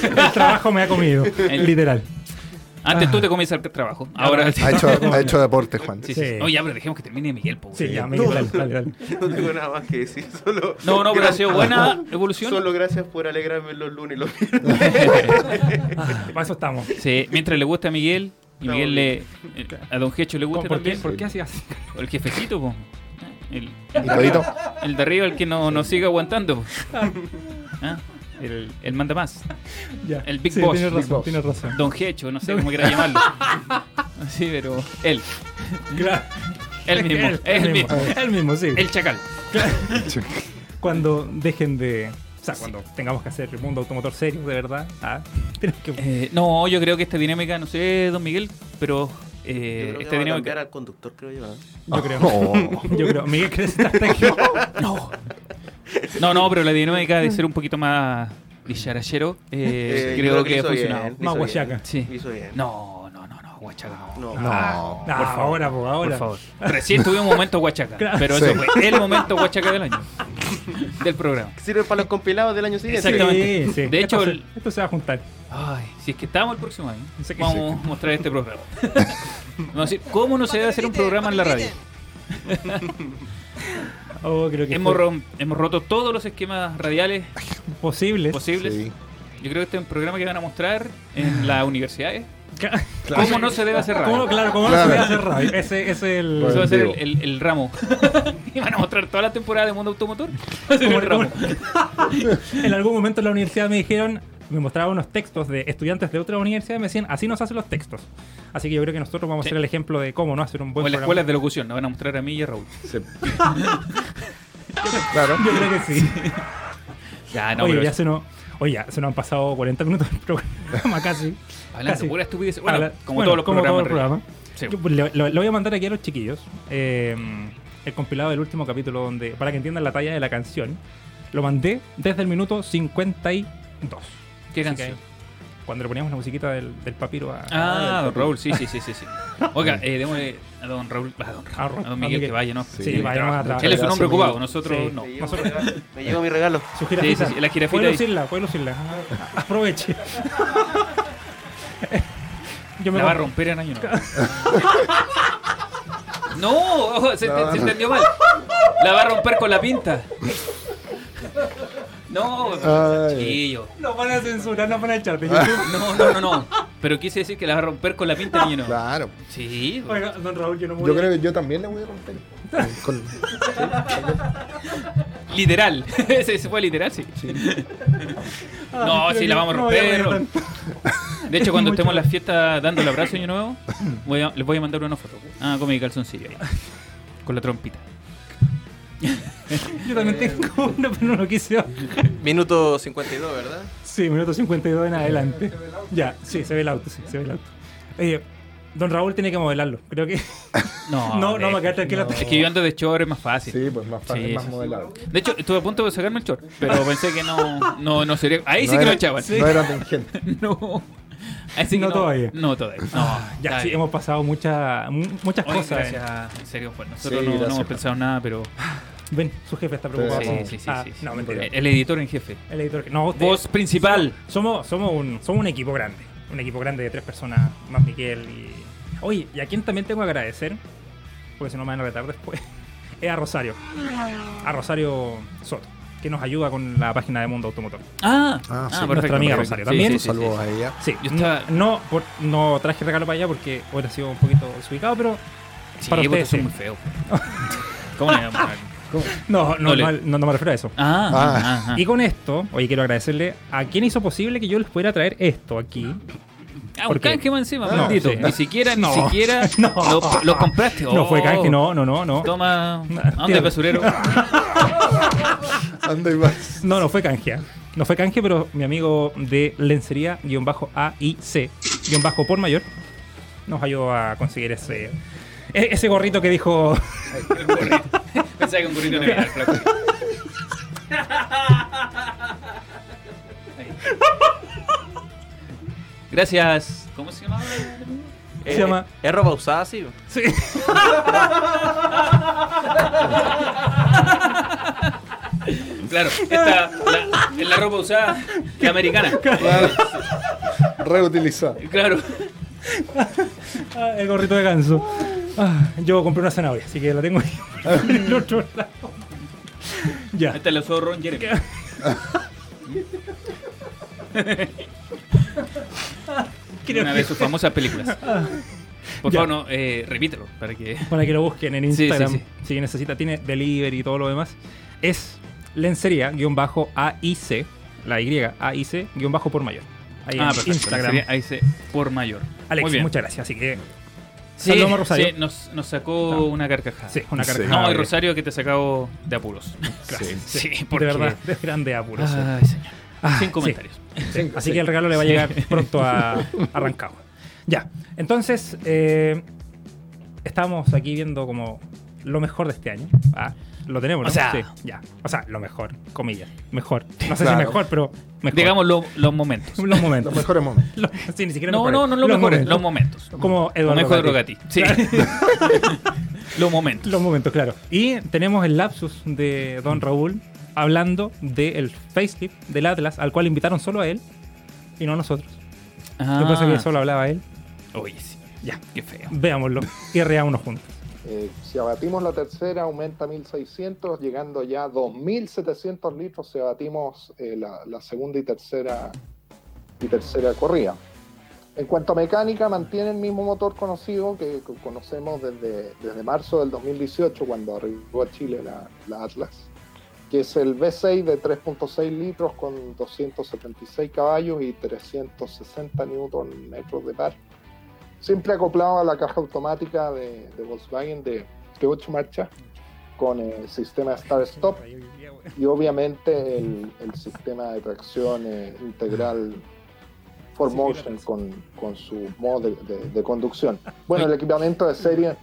C: El trabajo me ha comido,
D: El-
C: literal.
D: Antes tú te comes el trabajo.
E: Ah.
D: Ahora
E: Ha hecho- ha hecho deporte, Juan.
D: Sí, sí.
E: Sí.
D: No, ya, pero dejemos que termine Miguel. po,
E: Sí,
D: güey.
E: ya, Miguel, dale, dale,
M: [laughs] No tengo nada más que decir, solo.
D: No, no, pero ha sido buena
M: evolución. Solo gracias por alegrarme los lunes y los
D: Ah.
C: Para eso estamos.
D: Sí, mientras le gusta a Miguel y
C: Estamos
D: Miguel le, eh, a Don Gecho le gusta
C: ¿Por qué,
D: también.
C: ¿Por qué así así?
D: El jefecito, po. El,
C: ¿El todito?
D: El de arriba, el que no, nos sigue aguantando.
C: [laughs]
D: po. ¿Ah? El, el manda más.
C: Ya.
D: El Big
C: Sí,
D: Boss.
C: tienes razón,
D: Big Boss.
C: tienes razón.
D: Don Gecho, no sé
C: Don-
D: cómo quiera
C: [laughs]
D: llamarlo. Sí, pero él.
C: [laughs]
D: Él mismo.
C: Él,
D: Él,
C: él
D: mismo.
C: mismo, él mismo, sí.
D: El chacal.
C: Cuando dejen de. O sea, cuando tengamos que hacer el mundo automotor serio, de verdad. ah, [laughs] tenemos que-
D: Eh, no, yo creo que esta dinámica, no sé, Don Miguel, pero eh,
M: Creo que vamos a
D: esta
M: cambiar
D: dinámica.
M: al conductor, creo yo. ¿eh?
C: Yo creo. [laughs] Yo creo. Miguel, ¿crees que estás No.
D: No, no, pero la dinámica de ser un poquito más
M: [laughs]
D: dicharachero, eh,
M: Eh, yo
D: creo que ha
M: hizo bien,
D: funcionado.
M: lo hizo bien, lo hizo bien.
D: No, no, no, no, Huachaca no.
M: No.
D: Ah,
C: No, ahora, pues, ahora.
D: Por favor. Recién tuve un momento Huachaca,
C: Claro.
D: pero
C: Sí.
D: eso fue el momento Huachaca
M: [laughs]
D: del año. Del programa.
M: Sirve para los compilados del año siguiente.
D: Exactamente.
C: Sí, sí.
D: De hecho,
C: esto,
D: el-
C: se, esto se va a juntar.
D: Ay, si es que estamos el próximo año,
C: Sé que
D: vamos a mostrar este programa. [laughs] Vamos a decir, ¿cómo no se debe hacer un programa en la radio?
C: Oh, creo que
D: Hemos,
C: fue
D: rom- hemos roto todos los esquemas radiales
C: Ah, posibles.
D: posibles. Yo creo que este es un programa que van a mostrar en las universidades.
C: Ah. Claro.
D: ¿Cómo no se debe hacer
C: [laughs]
D: radio?
C: ¿Cómo, claro, cómo no se debe hacer radio? Ese ese es el.
D: Eso va a ser el, el- el ramo. [laughs] y van a mostrar toda la temporada de Mundo
C: [laughs]
D: Automotor. [laughs] Va a ser el ramo.
C: en algún momento en la universidad me dijeron, me mostraban unos textos de estudiantes de otra universidad y me decían, así nos hacen los textos. Así que yo creo que nosotros vamos a ser el ejemplo de cómo no hacer un buen
D: O en las
C: programa.
D: escuelas de locución, nos van a mostrar a mí y a Raúl.
C: Claro. Yo creo que sí.
D: [laughs] Ya, Ah, no,
C: oye,
D: pero
C: ya
D: eso-
C: se nos, oye, ya se nos han pasado 40 minutos del programa [laughs] casi.
D: Hablando
C: Casi.
D: pura estupidez. Bueno,
C: Habla-
D: como
C: bueno,
D: todos los programas.
C: todos los
D: en realidad.
C: programas.
D: Sí.
C: Yo, pues, le- lo, lo voy a mandar aquí a los chiquillos. eh, el compilado del último capítulo donde, para que entiendan la talla de la canción, lo mandé desde el minuto 52.
D: ¿Qué
C: Así
D: canción?
C: que Cuando le poníamos la musiquita del, del papiro a...
D: Ah,
C: al-
D: don Raúl, sí, sí,
C: [laughs]
D: sí, sí. sí. Oiga, eh, démosle a don Raúl, a don, Raúl, a don Miguel que vaya, ¿no?
C: Sí,
D: Tiene que
C: vayamos a
D: trabajar.
C: trabajar.
D: Él es un
C: Gracias,
D: hombre ocupado,
C: Miguel.
D: nosotros
C: Sí.
D: no.
C: Nosotros-
M: Me llevo mi regalo.
C: Su
D: Sí,
C: jirafita.
D: sí, sí, la jirafita
C: Puede
D: ahí.
C: lucirla, puede lucirla. Ah, Aproveche. [laughs] Yo
D: La va a romper en año
C: [laughs]
D: nuevo. No, se,
C: No.
D: se entendió mal. La va a romper con la pinta. No,
C: Ay.
D: chiquillo.
C: Nos van a censurar, nos van a echar de [laughs] YouTube.
D: No, no, no, no. Pero quise decir que la va a romper con la pinta, niño.
E: Claro.
D: Sí.
C: Oiga, don Raúl, yo no me voy
E: Yo
C: a-
E: creo que yo también le voy a romper. Con-
D: Literal. [laughs] Ese ese fue literal, sí. [laughs] No,
C: Ay,
D: sí, la vamos a
C: Ah, no voy a
D: romper.
C: reír [laughs]
D: De hecho, cuando
C: Mucho.
D: estemos en la fiesta dando el abrazo
C: [laughs]
D: año nuevo, voy a- les voy a mandar una foto. Ah, con mi calzoncillo ahí. Con la trompita.
C: Yo también
D: Eh.
C: tengo uno, pero no lo quise. bajar.
K: Minuto 52, ¿verdad?
C: Sí, minuto 52 en adelante. Ya, sí, se ve el auto, sí, se ve el auto. Oye, don Raúl tiene que modelarlo. Creo que. [laughs]
D: No,
C: No, no,
D: de-
C: me quedé tranquilo.
D: Es que yo ando de chor, es más fácil. Sí,
E: pues más fácil, más modelado.
D: De hecho, estuve a punto de sacarme el chor,
C: [laughs]
D: pero pensé que no, no, no sería. Ahí sí
E: No
D: que
E: era-
D: lo echaban.
E: No era tangente.
D: [laughs] No. Así que
C: No todavía. Ah,
D: No todavía. No,
C: Ya,
D: está
C: sí,
D: bien.
C: hemos pasado mucha- mu- muchas
D: Oye,
C: cosas. eh.
D: gracias, en serio, Juan. Nosotros
C: Sí,
D: no, no
C: gracias,
D: hemos pensado nada, pero.
C: Ven, su jefe está preocupado.
D: Sí,
C: por-
D: sí, sí,
C: Ah,
D: sí, sí.
C: No, mentira.
D: El editor en jefe.
C: El editor. No, usted-
D: Voz principal.
C: Somos, somos, un, somos un equipo grande. Un equipo grande de tres personas, más Miguel y. Oye, y a quien también tengo que agradecer, porque si no me van a retar después, [laughs] es a Rosario. A Rosario Soto, que nos ayuda con la página de Mundo Automotor.
D: Ah,
E: Ah, sí.
C: Sí, nuestra amiga Rosario también.
E: Saludos a ella.
C: Sí, no, no, por- no traje regalo para ella porque hubiera sido un poquito desubicado, pero.
D: Sí,
C: para
D: porque
C: ustedes.
D: son
C: sí.
D: muy feos.
C: [laughs]
D: ¿Cómo le llamamos?
C: No, no,
D: No le-
C: no, no, no me refiero a eso.
D: Ah, ah, ah.
C: Y con esto, oye, quiero agradecerle a quien hizo posible que yo les pudiera traer esto aquí.
D: Ah, un
C: Porque-
D: canje más encima,
C: No,
D: maldito.
C: sí.
D: Ni siquiera,
C: No.
D: ni siquiera
C: [laughs] No.
D: lo, lo compraste.
C: No fue
D: Oh.
C: canje, no, no, no, no.
D: Toma, ¿a dónde
C: Tira. [laughs]
D: basurero?
E: Anda y vas.
C: No, no fue canje. ¿ah? No fue canje, pero mi amigo de lencería-aic- por mayor nos ayudó a conseguir ese, e- ese gorrito que dijo. [laughs]
D: Pensaba que un burrito negro era el flaco. Ahí. [laughs] Gracias. ¿Cómo se llamaba? [laughs]
K: Eh,
C: Se llama-
K: ¿Es ropa usada, sí?
C: Sí.
D: Claro, esta, la, la ropa usada, la americana.
E: Reutilizar.
D: Claro.
C: Ah, el gorrito de ganso. Ah, yo compré una zanahoria, así que la tengo ahí. [laughs] en el otro lado. Ya.
D: Ahí está el oso Ron Jeremy.
C: Creo
D: Una
C: que- [laughs]
D: de sus famosas películas.
C: Ah.
D: Por
C: Ya.
D: favor, no, eh, repítelo para que.
C: Para que lo busquen en
D: Sí, sí,
C: Instagram.
D: sí.
C: Si necesita, tiene delivery y todo lo demás. Es lencería-aic, la Y, AIC, por mayor. Ahí
D: Ah,
C: en
D: perfecto.
C: Instagram.
D: Sería ahí se- por mayor.
C: Alex,
D: Muy bien.
C: muchas gracias. Así que.
D: Sí,
C: Saludamos a Rosario.
D: sí, nos, nos sacó una carcajada.
C: Sí, una
D: Sí.
C: carcajada.
D: No, y Rosario que te sacó de apuros.
C: Sí,
D: sí,
C: sí,
D: porque-
C: de verdad, de grande apuro. sí.
D: Ay, señor.
C: Ah,
D: Sin
C: sí.
D: comentarios.
C: Sí,
D: Sin-
C: Así
D: sí.
C: que el regalo le va a
D: Sí.
C: llegar pronto a Arrancado. Ya, entonces, eh, estamos aquí viendo como lo mejor de este año. Ah, lo tenemos,
D: O
C: ¿no?
D: sea-
C: Sí, ya. O sea, lo mejor, comillas. Mejor. No sé
D: Claro.
C: si mejor, pero mejor.
D: Digamos lo-
C: [laughs]
D: los momentos.
C: Los momentos.
E: Los mejores momentos.
C: Los- sí, ni siquiera
D: No,
C: mejores.
D: no, no los mejores, los momentos.
C: Como Eduardo
D: Como Eduardo Gatti, sí. [laughs] los momentos.
C: Los momentos, claro. Y tenemos el lapsus de Don Raúl hablando del facelift del Atlas, al cual invitaron solo a él y no a nosotros. Lo que pasa es que solo hablaba él.
D: Ah, Oye, sí.
C: Ya.
D: Qué feo.
C: Veámoslo y reámonos juntos.
E: Eh, si abatimos la tercera, aumenta a 1.600, llegando ya a 2.700 litros si abatimos eh, la, la segunda y tercera, y tercera corrida. En cuanto a mecánica, mantiene el mismo motor conocido que co- conocemos desde, desde marzo del 2018, cuando arribó a Chile la, la Atlas, que es el V6 de 3.6 litros con 276 caballos y 360 Nm de par siempre acoplado a la caja automática de, de Volkswagen de, de 8 marchas con el sistema Start Stop y obviamente el, el sistema de tracción eh, integral 4Motion con, con su modo de, de- de conducción. Bueno, el equipamiento de serie,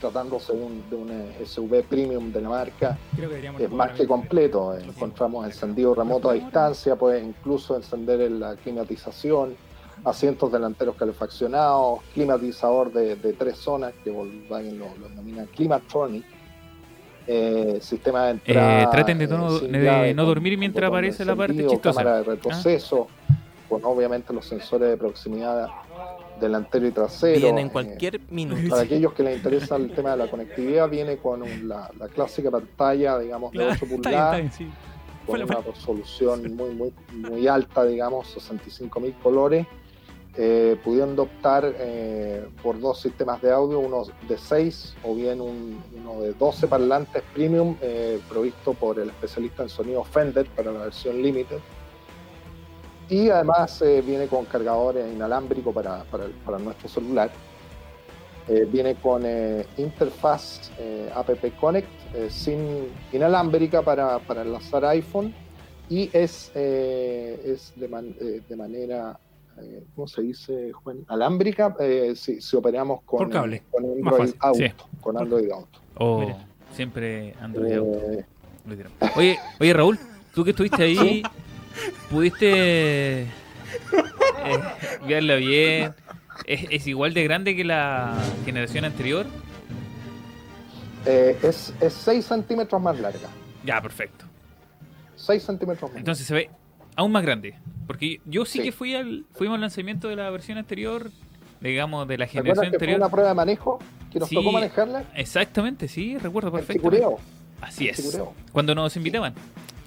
E: tratándose de un, de un eh, SUV premium de la marca,
C: Creo que deberíamos
E: es más que completo. Encontramos encendido remoto a distancia, puedes incluso encender el- la climatización, asientos delanteros calefaccionados, climatizador de, de tres zonas, que Volkswagen lo, lo denomina Climatronic. eh, sistema de entrada.
D: Eh, traten de no-
E: sin
D: de
E: llave,
D: no
E: con-
D: dormir
E: con
D: mientras
E: botón de
D: aparece la parte
E: encendido,
D: chistosa. Ah.
E: Cámara de retroceso, con obviamente los sensores de proximidad delantero y trasero.
M: Viene en
E: eh,
M: cualquier minuto.
E: para aquellos que les interesa el tema de la conectividad, viene con un- la, la clásica pantalla, digamos, de
C: Claro,
E: 8
C: está bien, está
E: pulgadas,
C: bien, sí.
E: con una resolución muy, muy, muy alta, digamos, 65.000 colores, eh, pudiendo optar eh, por dos sistemas de audio, uno de 6 o bien un- uno de 12 parlantes premium, eh, provisto por el especialista en sonido Fender para la versión Limited. Y además eh, viene con cargadores inalámbricos para, para- para nuestro celular. Eh, viene con eh, interfaz eh, App Connect, eh, SIM inalámbrica para, para enlazar iPhone y es, eh, es de, man- eh, de manera, eh, ¿cómo se dice, Juan? Alámbrica eh, si, si operamos con,
C: Por cable,
E: con
C: más
E: Android
D: fácil,
E: Auto.
D: sí.
E: Con Android Auto.
D: Oh,
E: Mira.
D: siempre Android Auto.
E: Eh,
D: Lo hicieron. Oye, oye, Raúl, tú que estuviste ahí, pudiste eh, verla bien. ¿Es, es igual de grande que la generación anterior?
E: eh, es, es 6 centímetros más larga.
D: Ya, perfecto.
E: 6 centímetros más
D: Entonces se ve aún más grande. Porque yo sí, que fui al, fuimos al lanzamiento de la versión anterior, digamos, de la
E: ¿Te acuerdas
D: generación
E: que fue
D: anterior.
E: una prueba de manejo que nos
D: Sí,
E: tocó manejarla?
D: Exactamente, sí, recuerdo perfecto.
E: Chicureo.
D: Así es.
E: Chicureo.
D: Cuando nos invitaban.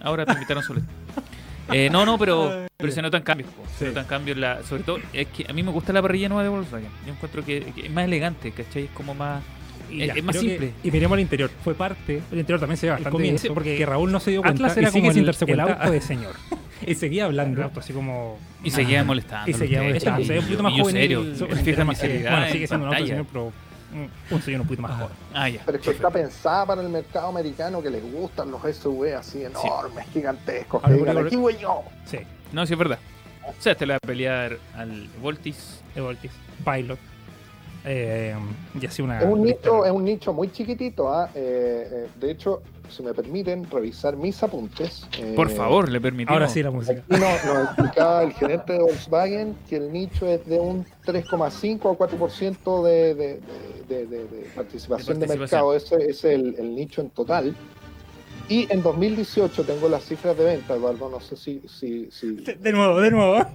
D: Ahora te invitaron solo. Eh, no, no, pero, pero se notan cambios. po. Se notan cambios. La, sobre todo, es que a mí me gusta la parrilla nueva de Volkswagen. Yo encuentro que, que es más elegante, ¿cachai? Es como más.
C: Y
D: es,
C: ya,
D: es más
C: creo que-
D: simple.
C: y miremos el interior. Fue parte. El interior también se ve bastante bien.
D: comienzo,
C: porque
D: porque
C: Raúl no se dio cuenta.
D: Atlas era
C: y sigue
D: como
C: sin
D: el-
C: darse cuenta.
D: el auto de
C: señor. [laughs] y seguía hablando. así como.
D: Y seguía molestando.
C: Ah. Y seguía molestando. Se ve Este un poquito más joven.
D: serio.
C: él,
D: él
C: él
D: fija
C: era
D: mi
C: más-
D: seriedad.
C: Este Bueno, sigue
D: en
C: siendo un auto de
D: pantalla.
C: señor, pero. mm, Un señor un poquito más joven.
D: Ah, ya.
E: Pero es que está pensada para el mercado americano que les gustan los SUV así enormes, gigantescos. Que
D: Ahora,
E: digan,
D: ahora-
E: aquí voy yo.
C: Sí.
D: No, sí, es verdad. O sea, te la va a pelear al Voltis.
C: El Voltis. Pilot. Eh, y así una.
D: Ah,
E: Es un nicho, es un nicho muy chiquitito. ¿ah? Eh, eh, de hecho, si me permiten revisar mis apuntes. eh,
D: Por favor, le permitimos.
C: Ahora sí la música.
E: Aquí nos, nos explicaba el gerente de Volkswagen que el nicho es de un 3,5 a 4% de, de, de- de- de- de participación de
D: participación.
E: mercado. Ese ese es el, el nicho en total. Y en 2018 tengo las cifras de venta, Eduardo, no sé si... si, si
C: De nuevo, de nuevo.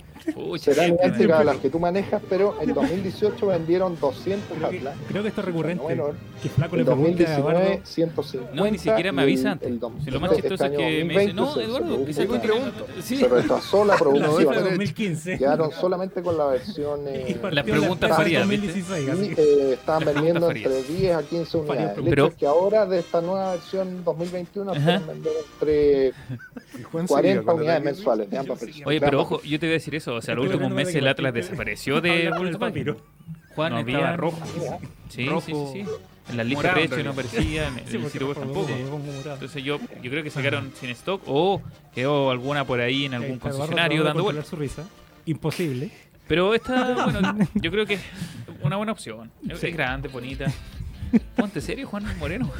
E: serán idénticas a las que tú manejas, pero
D: [laughs]
E: en 2018 vendieron 200 Atlas.
C: Creo que esto es recurrente.
E: Bueno,
C: que flaco
E: en
C: le pregunte a
E: 2019,
C: Eduardo.
E: 150.
D: No, ni siquiera me
E: y
D: avisa antes.
E: el dos-
D: Si lo más
E: este
D: chistoso es
E: año
D: que me dice,
E: 2020
D: no,
E: se- se
D: Eduardo,
E: produjo
D: quizá algún
E: una-
D: pregunto. Sí. [laughs]
E: Se retrasó la producción.
C: La de 2015. [laughs]
E: Quedaron solamente con la versión. eh,
D: La pregunta
E: estaban-
D: faría,
C: ¿viste?
E: y, eh, estaban
D: La
E: vendiendo
D: pregunta
E: entre 10 a 15 unidades.
D: Faría,
E: El hecho
D: pero-
E: es que ahora de esta nueva versión 2021
D: Ajá.
E: pueden vender entre
D: Juan
E: 40
D: seguía con la
E: unidades mensuales de ambas versiones.
D: Oye,
E: De
D: pero
E: ambas
D: ojo, yo te voy a decir eso. O sea,
C: El
D: los últimos
C: problema no
D: meses el
C: era
D: Atlas
C: que- [laughs]
D: desapareció de
C: Hablar con el
D: Volkswagen. Juan
C: No había
D: estaba rojo.
C: rojo.
D: Sí,
C: Rojo.
D: sí, sí, sí. En la lista
C: Morado,
D: de
C: en
D: hecho no
C: realidad. [laughs]
D: aparecía, en
C: Sí,
D: el
C: porque
D: sitio web
C: rojo,
D: tampoco.
C: rojo, morado.
D: Entonces yo, yo creo que sacaron sin stock o quedó alguna por ahí en algún
C: Eduardo tratando
D: concesionario dando
C: de
D: vueltas.
C: controlar su risa.
E: [laughs]
C: Imposible. [laughs]
D: Pero esta, bueno, yo creo que es una buena opción. Es es
C: [laughs]
D: grande, bonita. Ponte serio, Juan Moreno.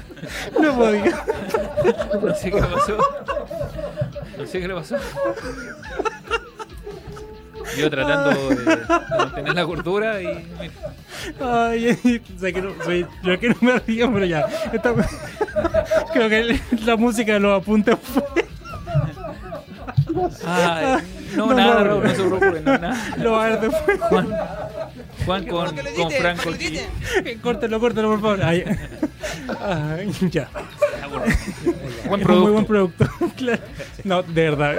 C: No podía.
D: No sé qué le pasó. No sé qué le pasó. Yo tratando de, de mantener la cordura y. mira,
C: Ay, [laughs] o sea, que no, soy- yo que no me río, pero ya. Esta- [laughs] creo que la música de los apuntes fue.
D: Ay, [laughs] no, nada,
C: no,
D: Raúl, no se preocupe, no, nada.
C: [laughs] Lo pues. va a ver después.
D: [laughs] Juan, Juan con, con Franco. aquí.
C: Córtelo, córtelo, por favor. Ay, ay, ya.
D: Ah, bueno. Buen
C: Es un Muy buen
D: producto.
C: producto. [laughs] Claro. No, de
D: [laughs]
C: verdad.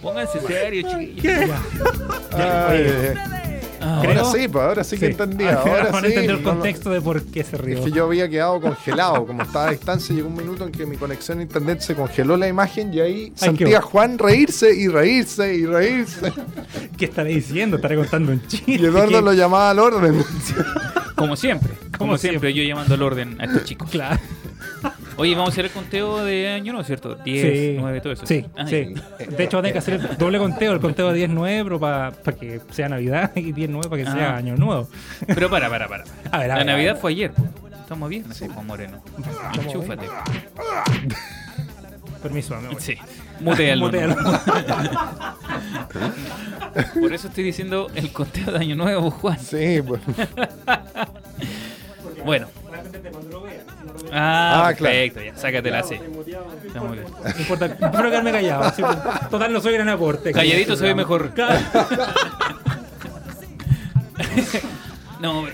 D: Pónganse serio,
C: ¿Qué?
D: chiquillos.
C: Ya,
E: Ay,
C: oye.
E: eh, ahora
C: Creo-
E: sí, pues, ahora sí que
C: [laughs]
E: entendí. Ahora
C: van a
E: sí.
C: entender el
E: no lo-
C: contexto de por qué se rió.
E: Es que yo había quedado congelado, como estaba a distancia, llegó un minuto en que mi conexión a internet se congeló la imagen y ahí sentía
C: bueno.
E: a Juan reírse y reírse y reírse.
C: ¿Qué estaré diciendo? Estaré contando un chiste.
E: Y Eduardo
C: ¿Qué?
E: lo llamaba al orden.
D: Como siempre, como, siempre, yo llamando al orden a estos chicos.
C: Claro.
D: Oye, vamos a hacer el conteo de año, ¿no es cierto? 10,
C: Sí.
D: 9, todo eso. Ah,
C: Sí,
D: Ay.
C: sí. De hecho, va a tener que hacer el doble conteo, el conteo de 10-9 pero para que sea Navidad y 10-9 para que sea
D: Ah.
C: Año Nuevo.
D: Pero para, para, para.
C: A ver, a
D: la
C: ver,
D: Navidad
C: a ver.
D: fue ayer. po. Estamos bien, así, Juan Moreno. Enchúfate.
C: Permiso, amigo.
D: Sí. Mutealo. [laughs]
C: Mutealo.
D: Por eso estoy diciendo el conteo de Año Nuevo, Juan.
E: Sí, pues.
D: Bueno. Ah,
E: Ah, claro.
D: perfecto, ya. Sácatela así. Está muy
E: [laughs]
D: bien.
C: No importa, prefiero quedarme callado. así, total, no soy gran aporte.
D: Calladito se ve mejor.
C: Claro.
D: [laughs] No,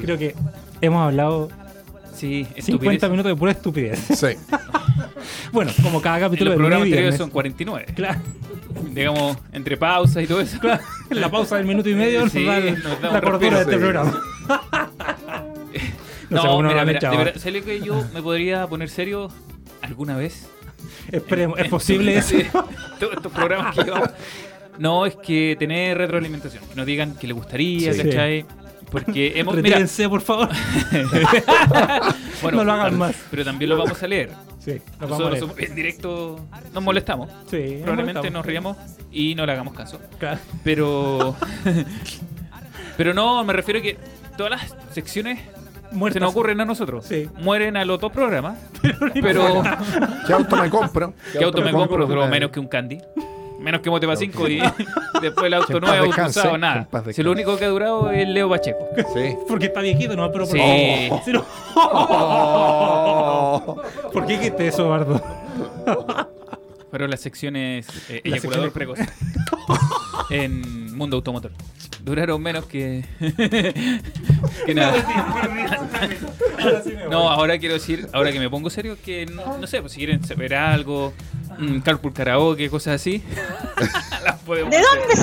C: Creo que hemos hablado
D: sí,
C: 50
D: estupidez.
C: minutos de pura estupidez. [laughs]
E: Sí.
C: Bueno, como cada
D: En
C: capítulo
D: los
C: de
D: programas
C: media,
D: anteriores
C: ¿no?
D: son 49.
C: Claro.
D: Digamos, entre pausas y todo eso.
C: Claro, la pausa del minuto y medio
D: Sí,
C: nos da el-
D: nos da un
C: la cordura de
D: respiro,
C: este
D: sí.
C: programa. No sé,
D: [laughs] No,
C: uno
D: mira,
C: no me
D: mira,
C: echaba.
D: de verdad, ¿sabes lo que yo me podría poner serio alguna vez?
C: Esperemos, ¿es posible eso?
D: Sí, Todos estos programas que llevamos. No, es que tener retroalimentación. Que nos digan que le gustaría,
C: Sí.
D: ¿cachai?
C: [laughs]
D: Porque hemos. Mira,
C: Retírense, por
D: [laughs]
C: favor.
D: bueno,
C: no lo hagan
D: tam-
C: más.
D: Pero también lo vamos a leer.
C: Sí, nos vamos a
D: Nosotros
C: leer.
D: somos en directo. Nos molestamos.
C: Sí, nos
D: Probablemente
C: molestamos.
D: nos riamos y no le hagamos caso.
C: [laughs] Claro.
D: Pero. [laughs] pero no, me refiero a que todas las secciones
C: Muertas.
D: se nos ocurren a nosotros.
C: Sí.
D: Mueren a los dos
C: [laughs]
D: programas. Pero.
E: ¿Qué auto me compro?
D: ¿Qué auto me compro? Pero menos que un Candy. Menos que Moteva 5 y [laughs] después el
E: Que
D: auto
E: en paz
D: nuevo,
E: descanse,
D: usado,
E: que en
D: nada.
E: paz
D: Si lo único que ha durado es Leo Pacheco.
E: Sí.
C: Porque está viejito, no, pero por
D: Sí.
C: Sí, no.
E: Oh.
C: ¿Por qué hiciste eso, Bardo?
D: Fueron las secciones eh,
C: Las
D: eyaculador
C: secciones-
D: precoz en Mundo Automotor. Duraron menos que. [laughs] que nada. [laughs] No, ahora quiero decir, ahora que me pongo serio, que no, no sé, pues si quieren saber algo, mm, Carpool Karaoke, cosas así. [laughs] las podemos
N: ¿De
D: hacer.
N: dónde
C: Creo que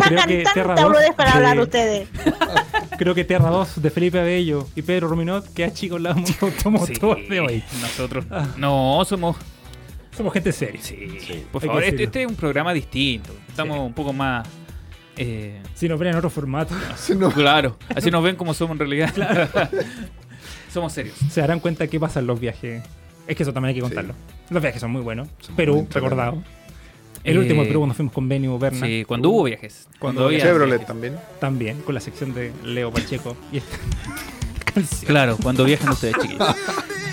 N: sacan
C: Terra
N: tanta
C: Dos
N: boludez para
C: de-
N: hablar ustedes?
C: [laughs] Creo que Terra 2 de Felipe Abello y Pedro Ruminot queda chico al lado del [laughs] mundo automotor
D: Sí,
C: de hoy.
D: Nosotros no somos.
C: Somos gente seria.
D: Sí, por
C: hay que
D: favor, este,
C: decirlo.
D: este es un programa distinto. Estamos un poco más. eh,
C: Si nos ven en otro
D: [laughs]
C: formato,
D: Claro, así nos ven como somos en realidad. [laughs] somos serios.
C: se darán cuenta qué pasa en los viajes. Es que eso también hay que contarlo. Los viajes son muy buenos.
E: muy
C: Perú,
E: entretenidos.
C: recordado. El
D: Eh,
C: último de Perú cuando fuimos con Benio Berna.
D: Sí, cuando hubo viajes. Cuando había
E: Chevrolet
D: viajes.
E: también.
C: También, con la sección de Leo Pacheco. Y esta-
D: Claro, cuando viajan ustedes,
C: Ah,
D: chiquillos.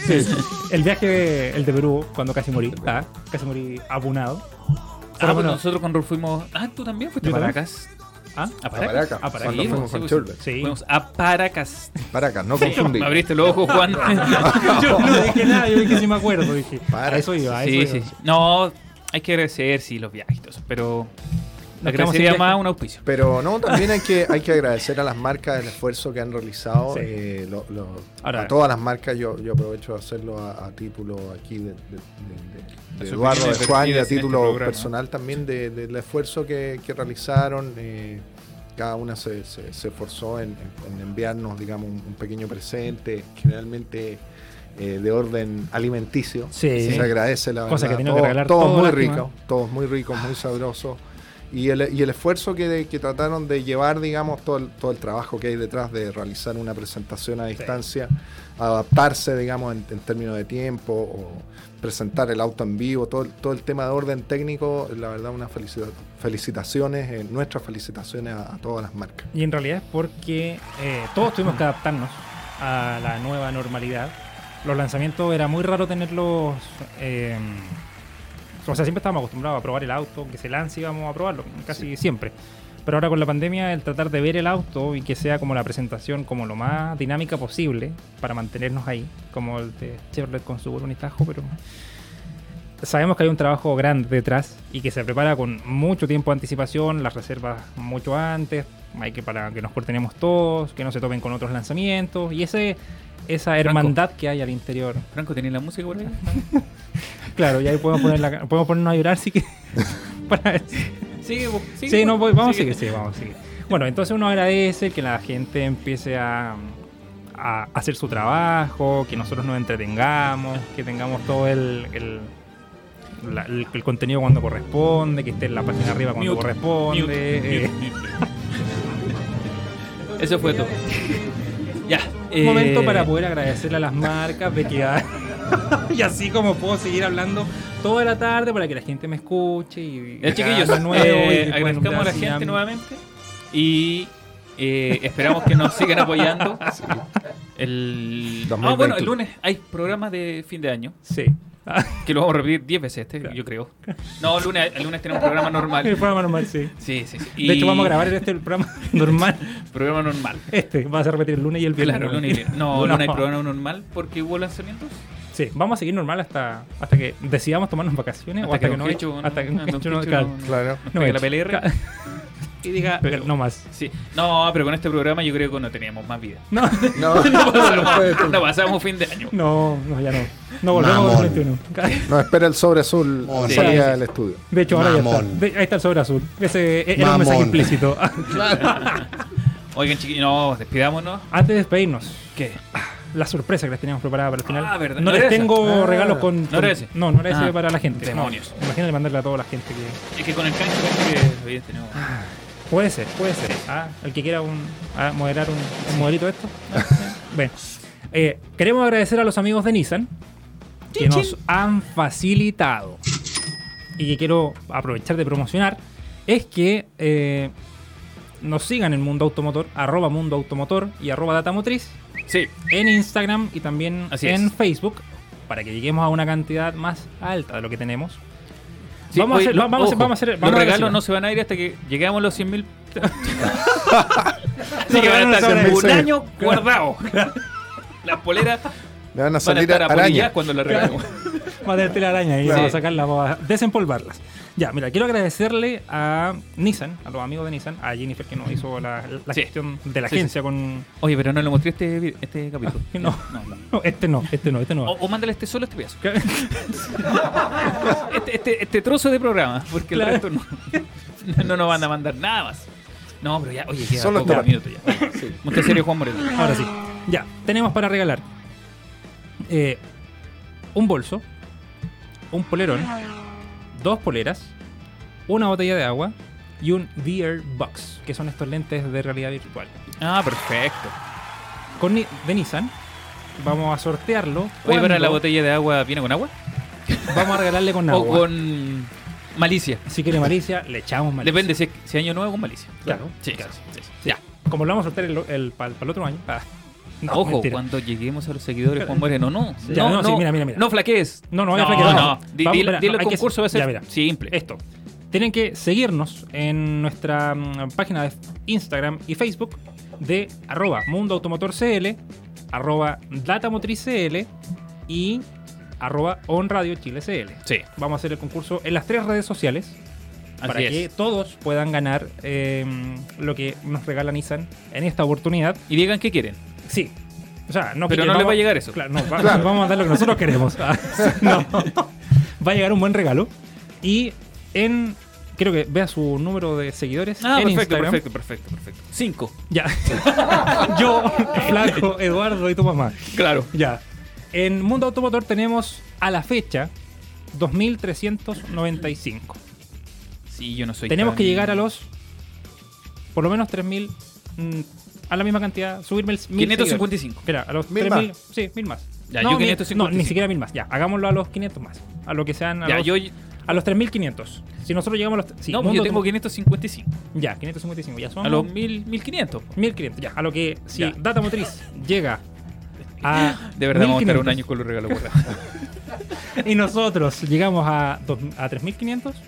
C: Sí. El viaje, de- el de Perú, cuando casi morí, ah, casi morí abunado.
D: Ah,
C: Pero
D: bueno,
C: bueno,
D: nosotros cuando fuimos. Ah, tú también fuiste
C: Yo
D: para
C: también.
D: Caracas. ¿Ah?
E: A Paracas.
D: A Paracas.
E: Cuando
D: Sí,
E: fuimos
D: sí,
E: con
D: sí.
E: Chulbert.
D: Sí. Fuimos a Paracas.
E: Paracas, no
D: Sí.
E: confundí.
D: Me abriste los
C: [laughs]
D: ojos, Juan.
C: [laughs] yo no dije nada, yo dije sí me acuerdo. Dije, a eso iba, a eso
D: Sí,
C: iba.
D: sí. No, hay que agradecer, sí, los viajes, y todo eso, pero
C: Nos quedamos sin
D: agradecería
C: viaje.
D: más un auspicio.
E: Pero no, también hay que, hay que agradecer a las marcas el esfuerzo que han realizado.
D: Sí.
E: eh, lo- lo-
D: Ahora-
E: a todas las marcas, yo, yo aprovecho de hacerlo a, a título aquí de, de- de- de- de
D: Las
E: Eduardo
D: opiniones
E: de Juan y a
D: vertidas en este
E: título
D: programa.
E: personal también de- del esfuerzo que, que realizaron. eh, cada una se, se, se esforzó en, en- en enviarnos, digamos, un, un pequeño presente, generalmente eh, de orden alimenticio.
C: Sí.
E: Se agradece la
C: Cosa que
E: verdad.
C: tenemos que
E: Todo-
C: regalar
E: todos
C: todo,
E: muy
C: lástima.
E: ricos, todos muy ricos,
C: Ah.
E: muy sabrosos. Y el, y el esfuerzo que, de- que trataron de llevar, digamos, todo el, todo el trabajo que hay detrás de realizar una presentación a distancia, adaptarse, digamos, en, en términos de tiempo, o presentar el auto en vivo, todo, el- todo el tema de orden técnico, la verdad, unas felicita- felicitaciones, eh, nuestras felicitaciones a, a todas las marcas.
C: Y en realidad es porque eh, todos tuvimos que adaptarnos a la nueva normalidad. Los lanzamientos era muy raro tenerlos. eh, o sea, siempre estábamos acostumbrados a probar el auto, que se lance y vamos a probarlo, casi siempre. Pero ahora con la pandemia, el tratar de ver el auto y que sea como la presentación, como lo más dinámica posible para mantenernos ahí, como el de Chevrolet con su y Tajo, pero sabemos que hay un trabajo grande detrás y que se prepara con mucho tiempo de anticipación, las reservas mucho antes, hay que para que nos coordinemos todos, que no se tomen con otros lanzamientos y ese esa hermandad que hay al interior.
D: Franco, ¿tenés la música por ahí?
C: Claro, y ahí
D: [laughs]
C: podemos poner la, podemos ponernos a llorar, sí que para
D: Sigue, vos, sigue,
C: sí,
D: vos.
C: no, voy- vamos
D: Sigue.
C: a seguir, sí, vamos a seguir. Bueno, entonces uno agradece que la gente empiece a, a hacer su trabajo, que nosotros nos entretengamos, que tengamos todo el, el, la- el- el contenido cuando corresponde, que esté en la página arriba cuando
D: Mute,
C: corresponde.
D: mute,
C: eh.
D: Eso fue
C: [laughs]
D: todo. ya.
C: Un momento
D: eh,
C: para poder agradecerle a las marcas de que... [laughs] y así como puedo seguir hablando toda la tarde para que la gente me escuche y...
D: Ya, chiquillos,
C: de nuevo, y
D: eh,
C: que puedan
D: agradezcamos a la
C: darse
D: gente
C: a-
D: nuevamente y eh, esperamos que nos sigan
C: [laughs]
D: apoyando. El, ah,
G: 2021.
D: bueno, el lunes hay programa de fin de año.
C: Sí.
D: Que lo vamos a repetir 10 veces este, yo creo. No, el lunes, el lunes tenemos programa
C: [laughs]
D: normal.
C: El programa normal, sí.
D: Sí, sí, sí.
C: De hecho, vamos a grabar este el programa
D: [laughs]
C: normal. [laughs]
D: programa normal.
C: Este, vas a repetir el lunes y el viernes.
D: Claro, lunes y viernes. No, lunes hay programa normal porque hubo lanzamientos.
C: Sí, vamos a seguir normal hasta, hasta que decidamos tomarnos vacaciones o
D: Hasta
C: hasta
D: que
C: que,
D: don
C: no
D: Quecho no-
C: hasta que
D: don
C: no,
D: Quecho
C: no,
D: no-
C: claro,
D: Claro.
C: no
D: pegue la
C: eche.
D: PLR.
C: Ca-
D: Y diga,
C: Pero no más.
D: Sí. No, pero con este programa yo creo que no teníamos más vida.
C: No.
D: [laughs] no, pasaron más. No pasamos fin de año.
C: [laughs] No, no, ya no. No volvemos al
E: Mamón.
C: 21.
D: [laughs]
E: Nos espera el sobre azul
C: Mamón.
E: salida
C: Sí, sí, sí.
E: del estudio.
C: De hecho, ahora ya
E: Mamón.
C: está. De- ahí está el sobre azul. Ese eh, era un
E: Mamón.
C: mensaje
E: [laughs]
C: implícito. [laughs]
D: Oigan, chiquillos, no, despidámonos.
C: Antes de despedirnos.
D: ¿Qué?
C: La sorpresa que les teníamos preparada para el final.
D: Ah, verdad.
C: No,
D: ¿No
C: les
D: era esa?
C: tengo
D: Ah.
C: regalos con,
D: ¿No
C: con-
D: era ese?
C: No, no era ese
D: Ah,
C: para la gente.
D: demonios.
C: No, imagínate mandarle a toda la gente que.
D: Es que con el cancho parece que bien, tenemos.
C: Puede ser, puede ser. Ah, el que quiera un, ah, moderar un, un modelito de esto. Ah,
D: [laughs]
C: Bueno, eh, queremos agradecer a los amigos de Nissan que nos han facilitado y que quiero aprovechar de promocionar es que eh, nos sigan en Mundo Automotor, arroba Mundo Automotor y arroba Datamotriz
D: sí.
C: en Instagram y también
D: Así
C: en
D: es.
C: Facebook para que lleguemos a una cantidad más alta de lo que tenemos.
D: Sí,
C: vamos,
D: oye,
C: a hacer,
D: lo-
C: vamos, a hacer-
D: ojo,
C: vamos a hacer... vamos
D: los
C: a
D: regalos
C: decirlo.
D: no se van a ir hasta que llegamos a los 100 mil. Así
C: Los
D: que van
C: regalos
D: a
C: no se
D: estar
C: van a
D: un
C: ir.
D: año guardados. Las poleras
E: Le van a
D: van a
E: salir
D: estar
E: a araña.
D: apolilladas cuando las regalemos.
C: Va a tener telaraña y
D: Claro.
C: vamos a sacarlas, vamos a desempolvarlas. Ya, mira, quiero agradecerle a Nissan, a los amigos de Nissan, a Jennifer que nos hizo la, la
D: Sí.
C: gestión de la
D: Sí,
C: agencia con.
D: Oye, pero no le mostré este, vi- este capítulo.
C: No, no, este no, este no, este no.
D: O, o mándale este solo este pedazo. [laughs] este, este, este trozo de programa, porque
C: Claro.
D: el resto no, no nos van a mandar nada más. No, pero ya, oye, queda
C: Solo
D: poco
C: este
D: minuto ya. Mucho serio, Juan Moreno.
C: Ahora sí. Ya, tenemos para regalar eh, un bolso, un polerón, dos poleras, una botella de agua y un VR Box, que son estos lentes de realidad virtual.
D: Ah, perfecto.
C: Con Ni- de Nissan vamos a sortearlo.
D: Oye, para
C: cuando-
D: la botella de agua, ¿viene con agua?
C: Vamos a regalarle con
D: [laughs] O
C: agua.
D: con malicia.
C: Si quiere malicia, le echamos malicia.
D: Depende si, es- si año nuevo con malicia.
C: Claro.
D: Sí, sí, sí, sí. Ya.
C: Como lo vamos a soltar el, el- para el- para el otro año. Ah, no,
D: Ojo,
C: mentira.
D: cuando lleguemos a los seguidores, Juan Moreno, no.
C: [laughs] Ya,
D: no,
C: no, sí, mira, mira, mira.
D: No flaquees.
C: No, no, vaya
D: no,
C: flaqueado.
D: no. Di-
C: Vamos,
D: di-
C: espera,
D: Dile
C: hay
D: el
C: que-
D: concurso, va a ser
C: ya, mira. Este.
D: simple.
C: Esto. tienen que seguirnos en nuestra mm, página de Instagram y Facebook de arroba Mundo Automotor CL, arroba Datamotriz CL y arroba On Radio Chile CL.
D: Sí.
C: Vamos a hacer el concurso en las tres redes sociales
D: Así
C: para
D: es.
C: que todos puedan ganar eh, lo que nos regala Nissan en esta oportunidad.
D: Y digan qué quieren.
C: Sí. O sea, no
D: Pero
C: que-
D: no les
C: vamos-
D: va a llegar eso.
C: Claro, no, va-
D: Claro.
C: vamos a dar lo que nosotros queremos. Ah, [laughs] no. Va a llegar un buen regalo. Y en. Creo que vea su número de seguidores.
D: Ah,
C: en
D: perfecto,
C: Instagram.
D: perfecto, perfecto, perfecto. Cinco.
C: Ya. [laughs] Yo, Flaco, Eduardo y tu mamá.
D: Claro.
C: Ya. En Mundo Automotor tenemos a la fecha 2395.
D: Sí, yo no soy
C: Tenemos
D: tan-
C: que llegar a los. Por lo menos 3000. mm, A la misma cantidad, subirme el 1000
D: 555.
C: seguidores. Mira, a los
D: Mil
C: 3000.
D: más.
C: Sí, 1000 más.
D: Ya,
C: no,
D: yo
C: ni-
D: 555.
C: no, ni siquiera 1000 más. Ya, hagámoslo a los 500 más. A lo que sean. A
D: Ya,
C: los,
D: yo-
C: a los 3500. Si nosotros llegamos a los. sí,
D: no, pues
C: Mundo
D: yo tengo
C: Automotor-
D: 555.
C: Ya, 555. Ya son.
D: A los mil- 1500.
C: 1500, ya. A lo que si
D: Ya.
C: Data Motriz llega a.
D: [laughs] De verdad, vamos a estar
C: 1500,
D: un año con los regalos guardados.
C: Y nosotros llegamos a, dos- a 3500.
D: [laughs]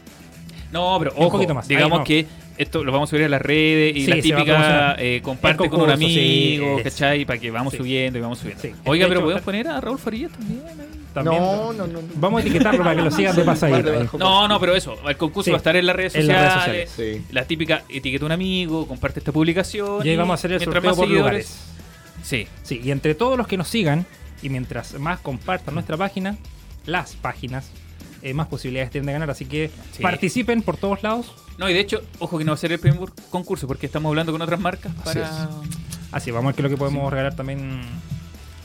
D: No, pero
C: Un
D: ojo,
C: poquito más.
D: digamos
C: Ahí no.
D: que esto lo vamos a subir a las redes y
C: Sí,
D: la
C: se va a promocionar.
D: típica eh, comparte
C: El
D: con un
C: concurso, sí,
D: amigo,
C: es.
D: ¿cachai? Para que vamos
C: Sí.
D: subiendo y vamos subiendo.
C: Sí.
D: Oiga,
C: De
D: pero
C: hecho,
D: podemos poner a Raúl Farías también. ahí?
C: También.
E: No, no, no, no.
C: Vamos a etiquetarlo para que lo
E: [laughs]
C: sigan de pasadita. ahí.
D: No, no, pero eso, el concurso
C: Sí,
D: va a estar en las redes
C: en
D: sociales.
C: las redes
E: sociales.
D: La típica etiqueta a un amigo, comparte esta publicación.
C: Y ahí vamos a hacer el
D: mientras
C: sorteo
D: más
C: por
D: seguidores-
C: lugares.
D: Sí.
C: Sí, y entre todos los que nos sigan y mientras más compartan nuestra página, las páginas, eh, más posibilidades tienen de ganar. Así que
D: Sí.
C: participen por todos lados.
D: No, y de hecho, ojo que no va a ser el primer concurso porque estamos hablando con otras marcas
C: Así
D: para.
C: Así, vamos a ver qué es lo que podemos
D: Sí.
C: regalar también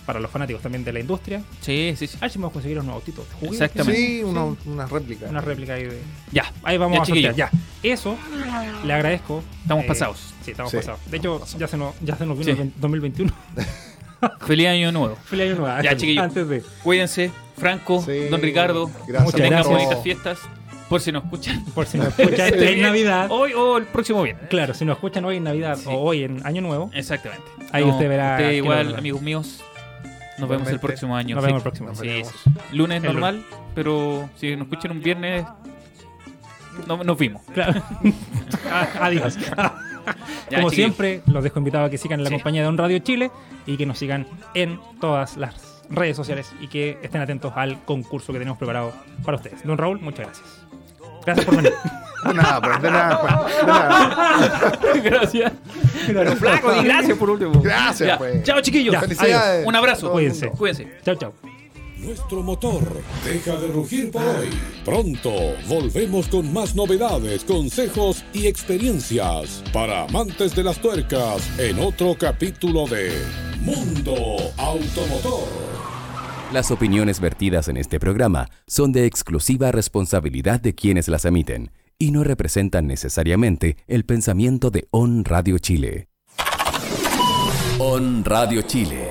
C: para los fanáticos también de la industria.
D: Sí, sí, sí.
C: A ver si podemos conseguir unos autitos. de juguete.
D: Exactamente.
E: Sí, una, una réplica.
C: Una réplica ahí de...
D: Ya.
C: Ahí vamos
D: Ya,
C: a sortear,
D: chiquillos.
C: ya. Eso, le agradezco. eh,
D: Estamos pasados.
C: Sí, estamos
E: Sí,
C: pasados. De hecho, ya se nos, ya se nos vino
D: Sí.
C: el 20- 2021.
D: Feliz año nuevo.
C: [laughs] Feliz año nuevo.
D: Ya,
C: antes-
D: chiquillos.
C: Antes de...
D: Cuídense, Franco,
E: Sí,
D: don Ricardo.
E: gracias
D: que tengan
C: a todos.
D: bonitas fiestas. Por si nos escuchan.
C: Por si nos escuchan
D: [laughs] Este
C: en
D: bien,
C: Navidad.
D: Hoy o el próximo viernes.
C: Claro, si nos escuchan hoy en Navidad
D: Sí.
C: o hoy en Año
D: [laughs]
C: Nuevo,
D: Exactamente.
C: Ahí usted verá
D: Usted
C: que
D: igual,
C: no-
D: amigos míos. Nos vemos
E: Igualmente.
D: el próximo año.
C: Nos vemos el próximo.
D: Sí,
C: Nos
D: sí.
C: vemos.
D: Lunes
C: El
D: normal, pero si nos escuchan un viernes, no- nos vimos.
C: claro. Ah, [laughs] Adiós.
D: Ya,
C: Como
D: chiquillos.
C: siempre, los dejo invitados a que sigan en la
D: Sí.
C: compañía de On Radio Chile y que nos sigan en todas las redes sociales y que estén atentos al concurso que tenemos preparado para ustedes. Don Raúl, muchas gracias. Gracias por venir.
E: De nada, pues, de nada, pues, de nada.
D: [laughs] Gracias.
E: Pero
D: Flaco, di gracias por último.
E: Gracias,
D: Ya.
E: pues.
D: Chao, chiquillos.
C: Ya,
E: Felicidades.
D: Adiós. Un
E: Todo
D: abrazo.
E: el
C: Cuídense.
E: mundo.
D: Cuídense.
C: Chao, chao.
B: Nuestro motor deja de rugir por hoy. Pronto volvemos con más novedades, consejos y experiencias para amantes de las tuercas en otro capítulo de Mundo Automotor.
A: Las opiniones vertidas en este programa son de exclusiva responsabilidad de quienes las emiten y no representan necesariamente el pensamiento de On Radio Chile. On Radio Chile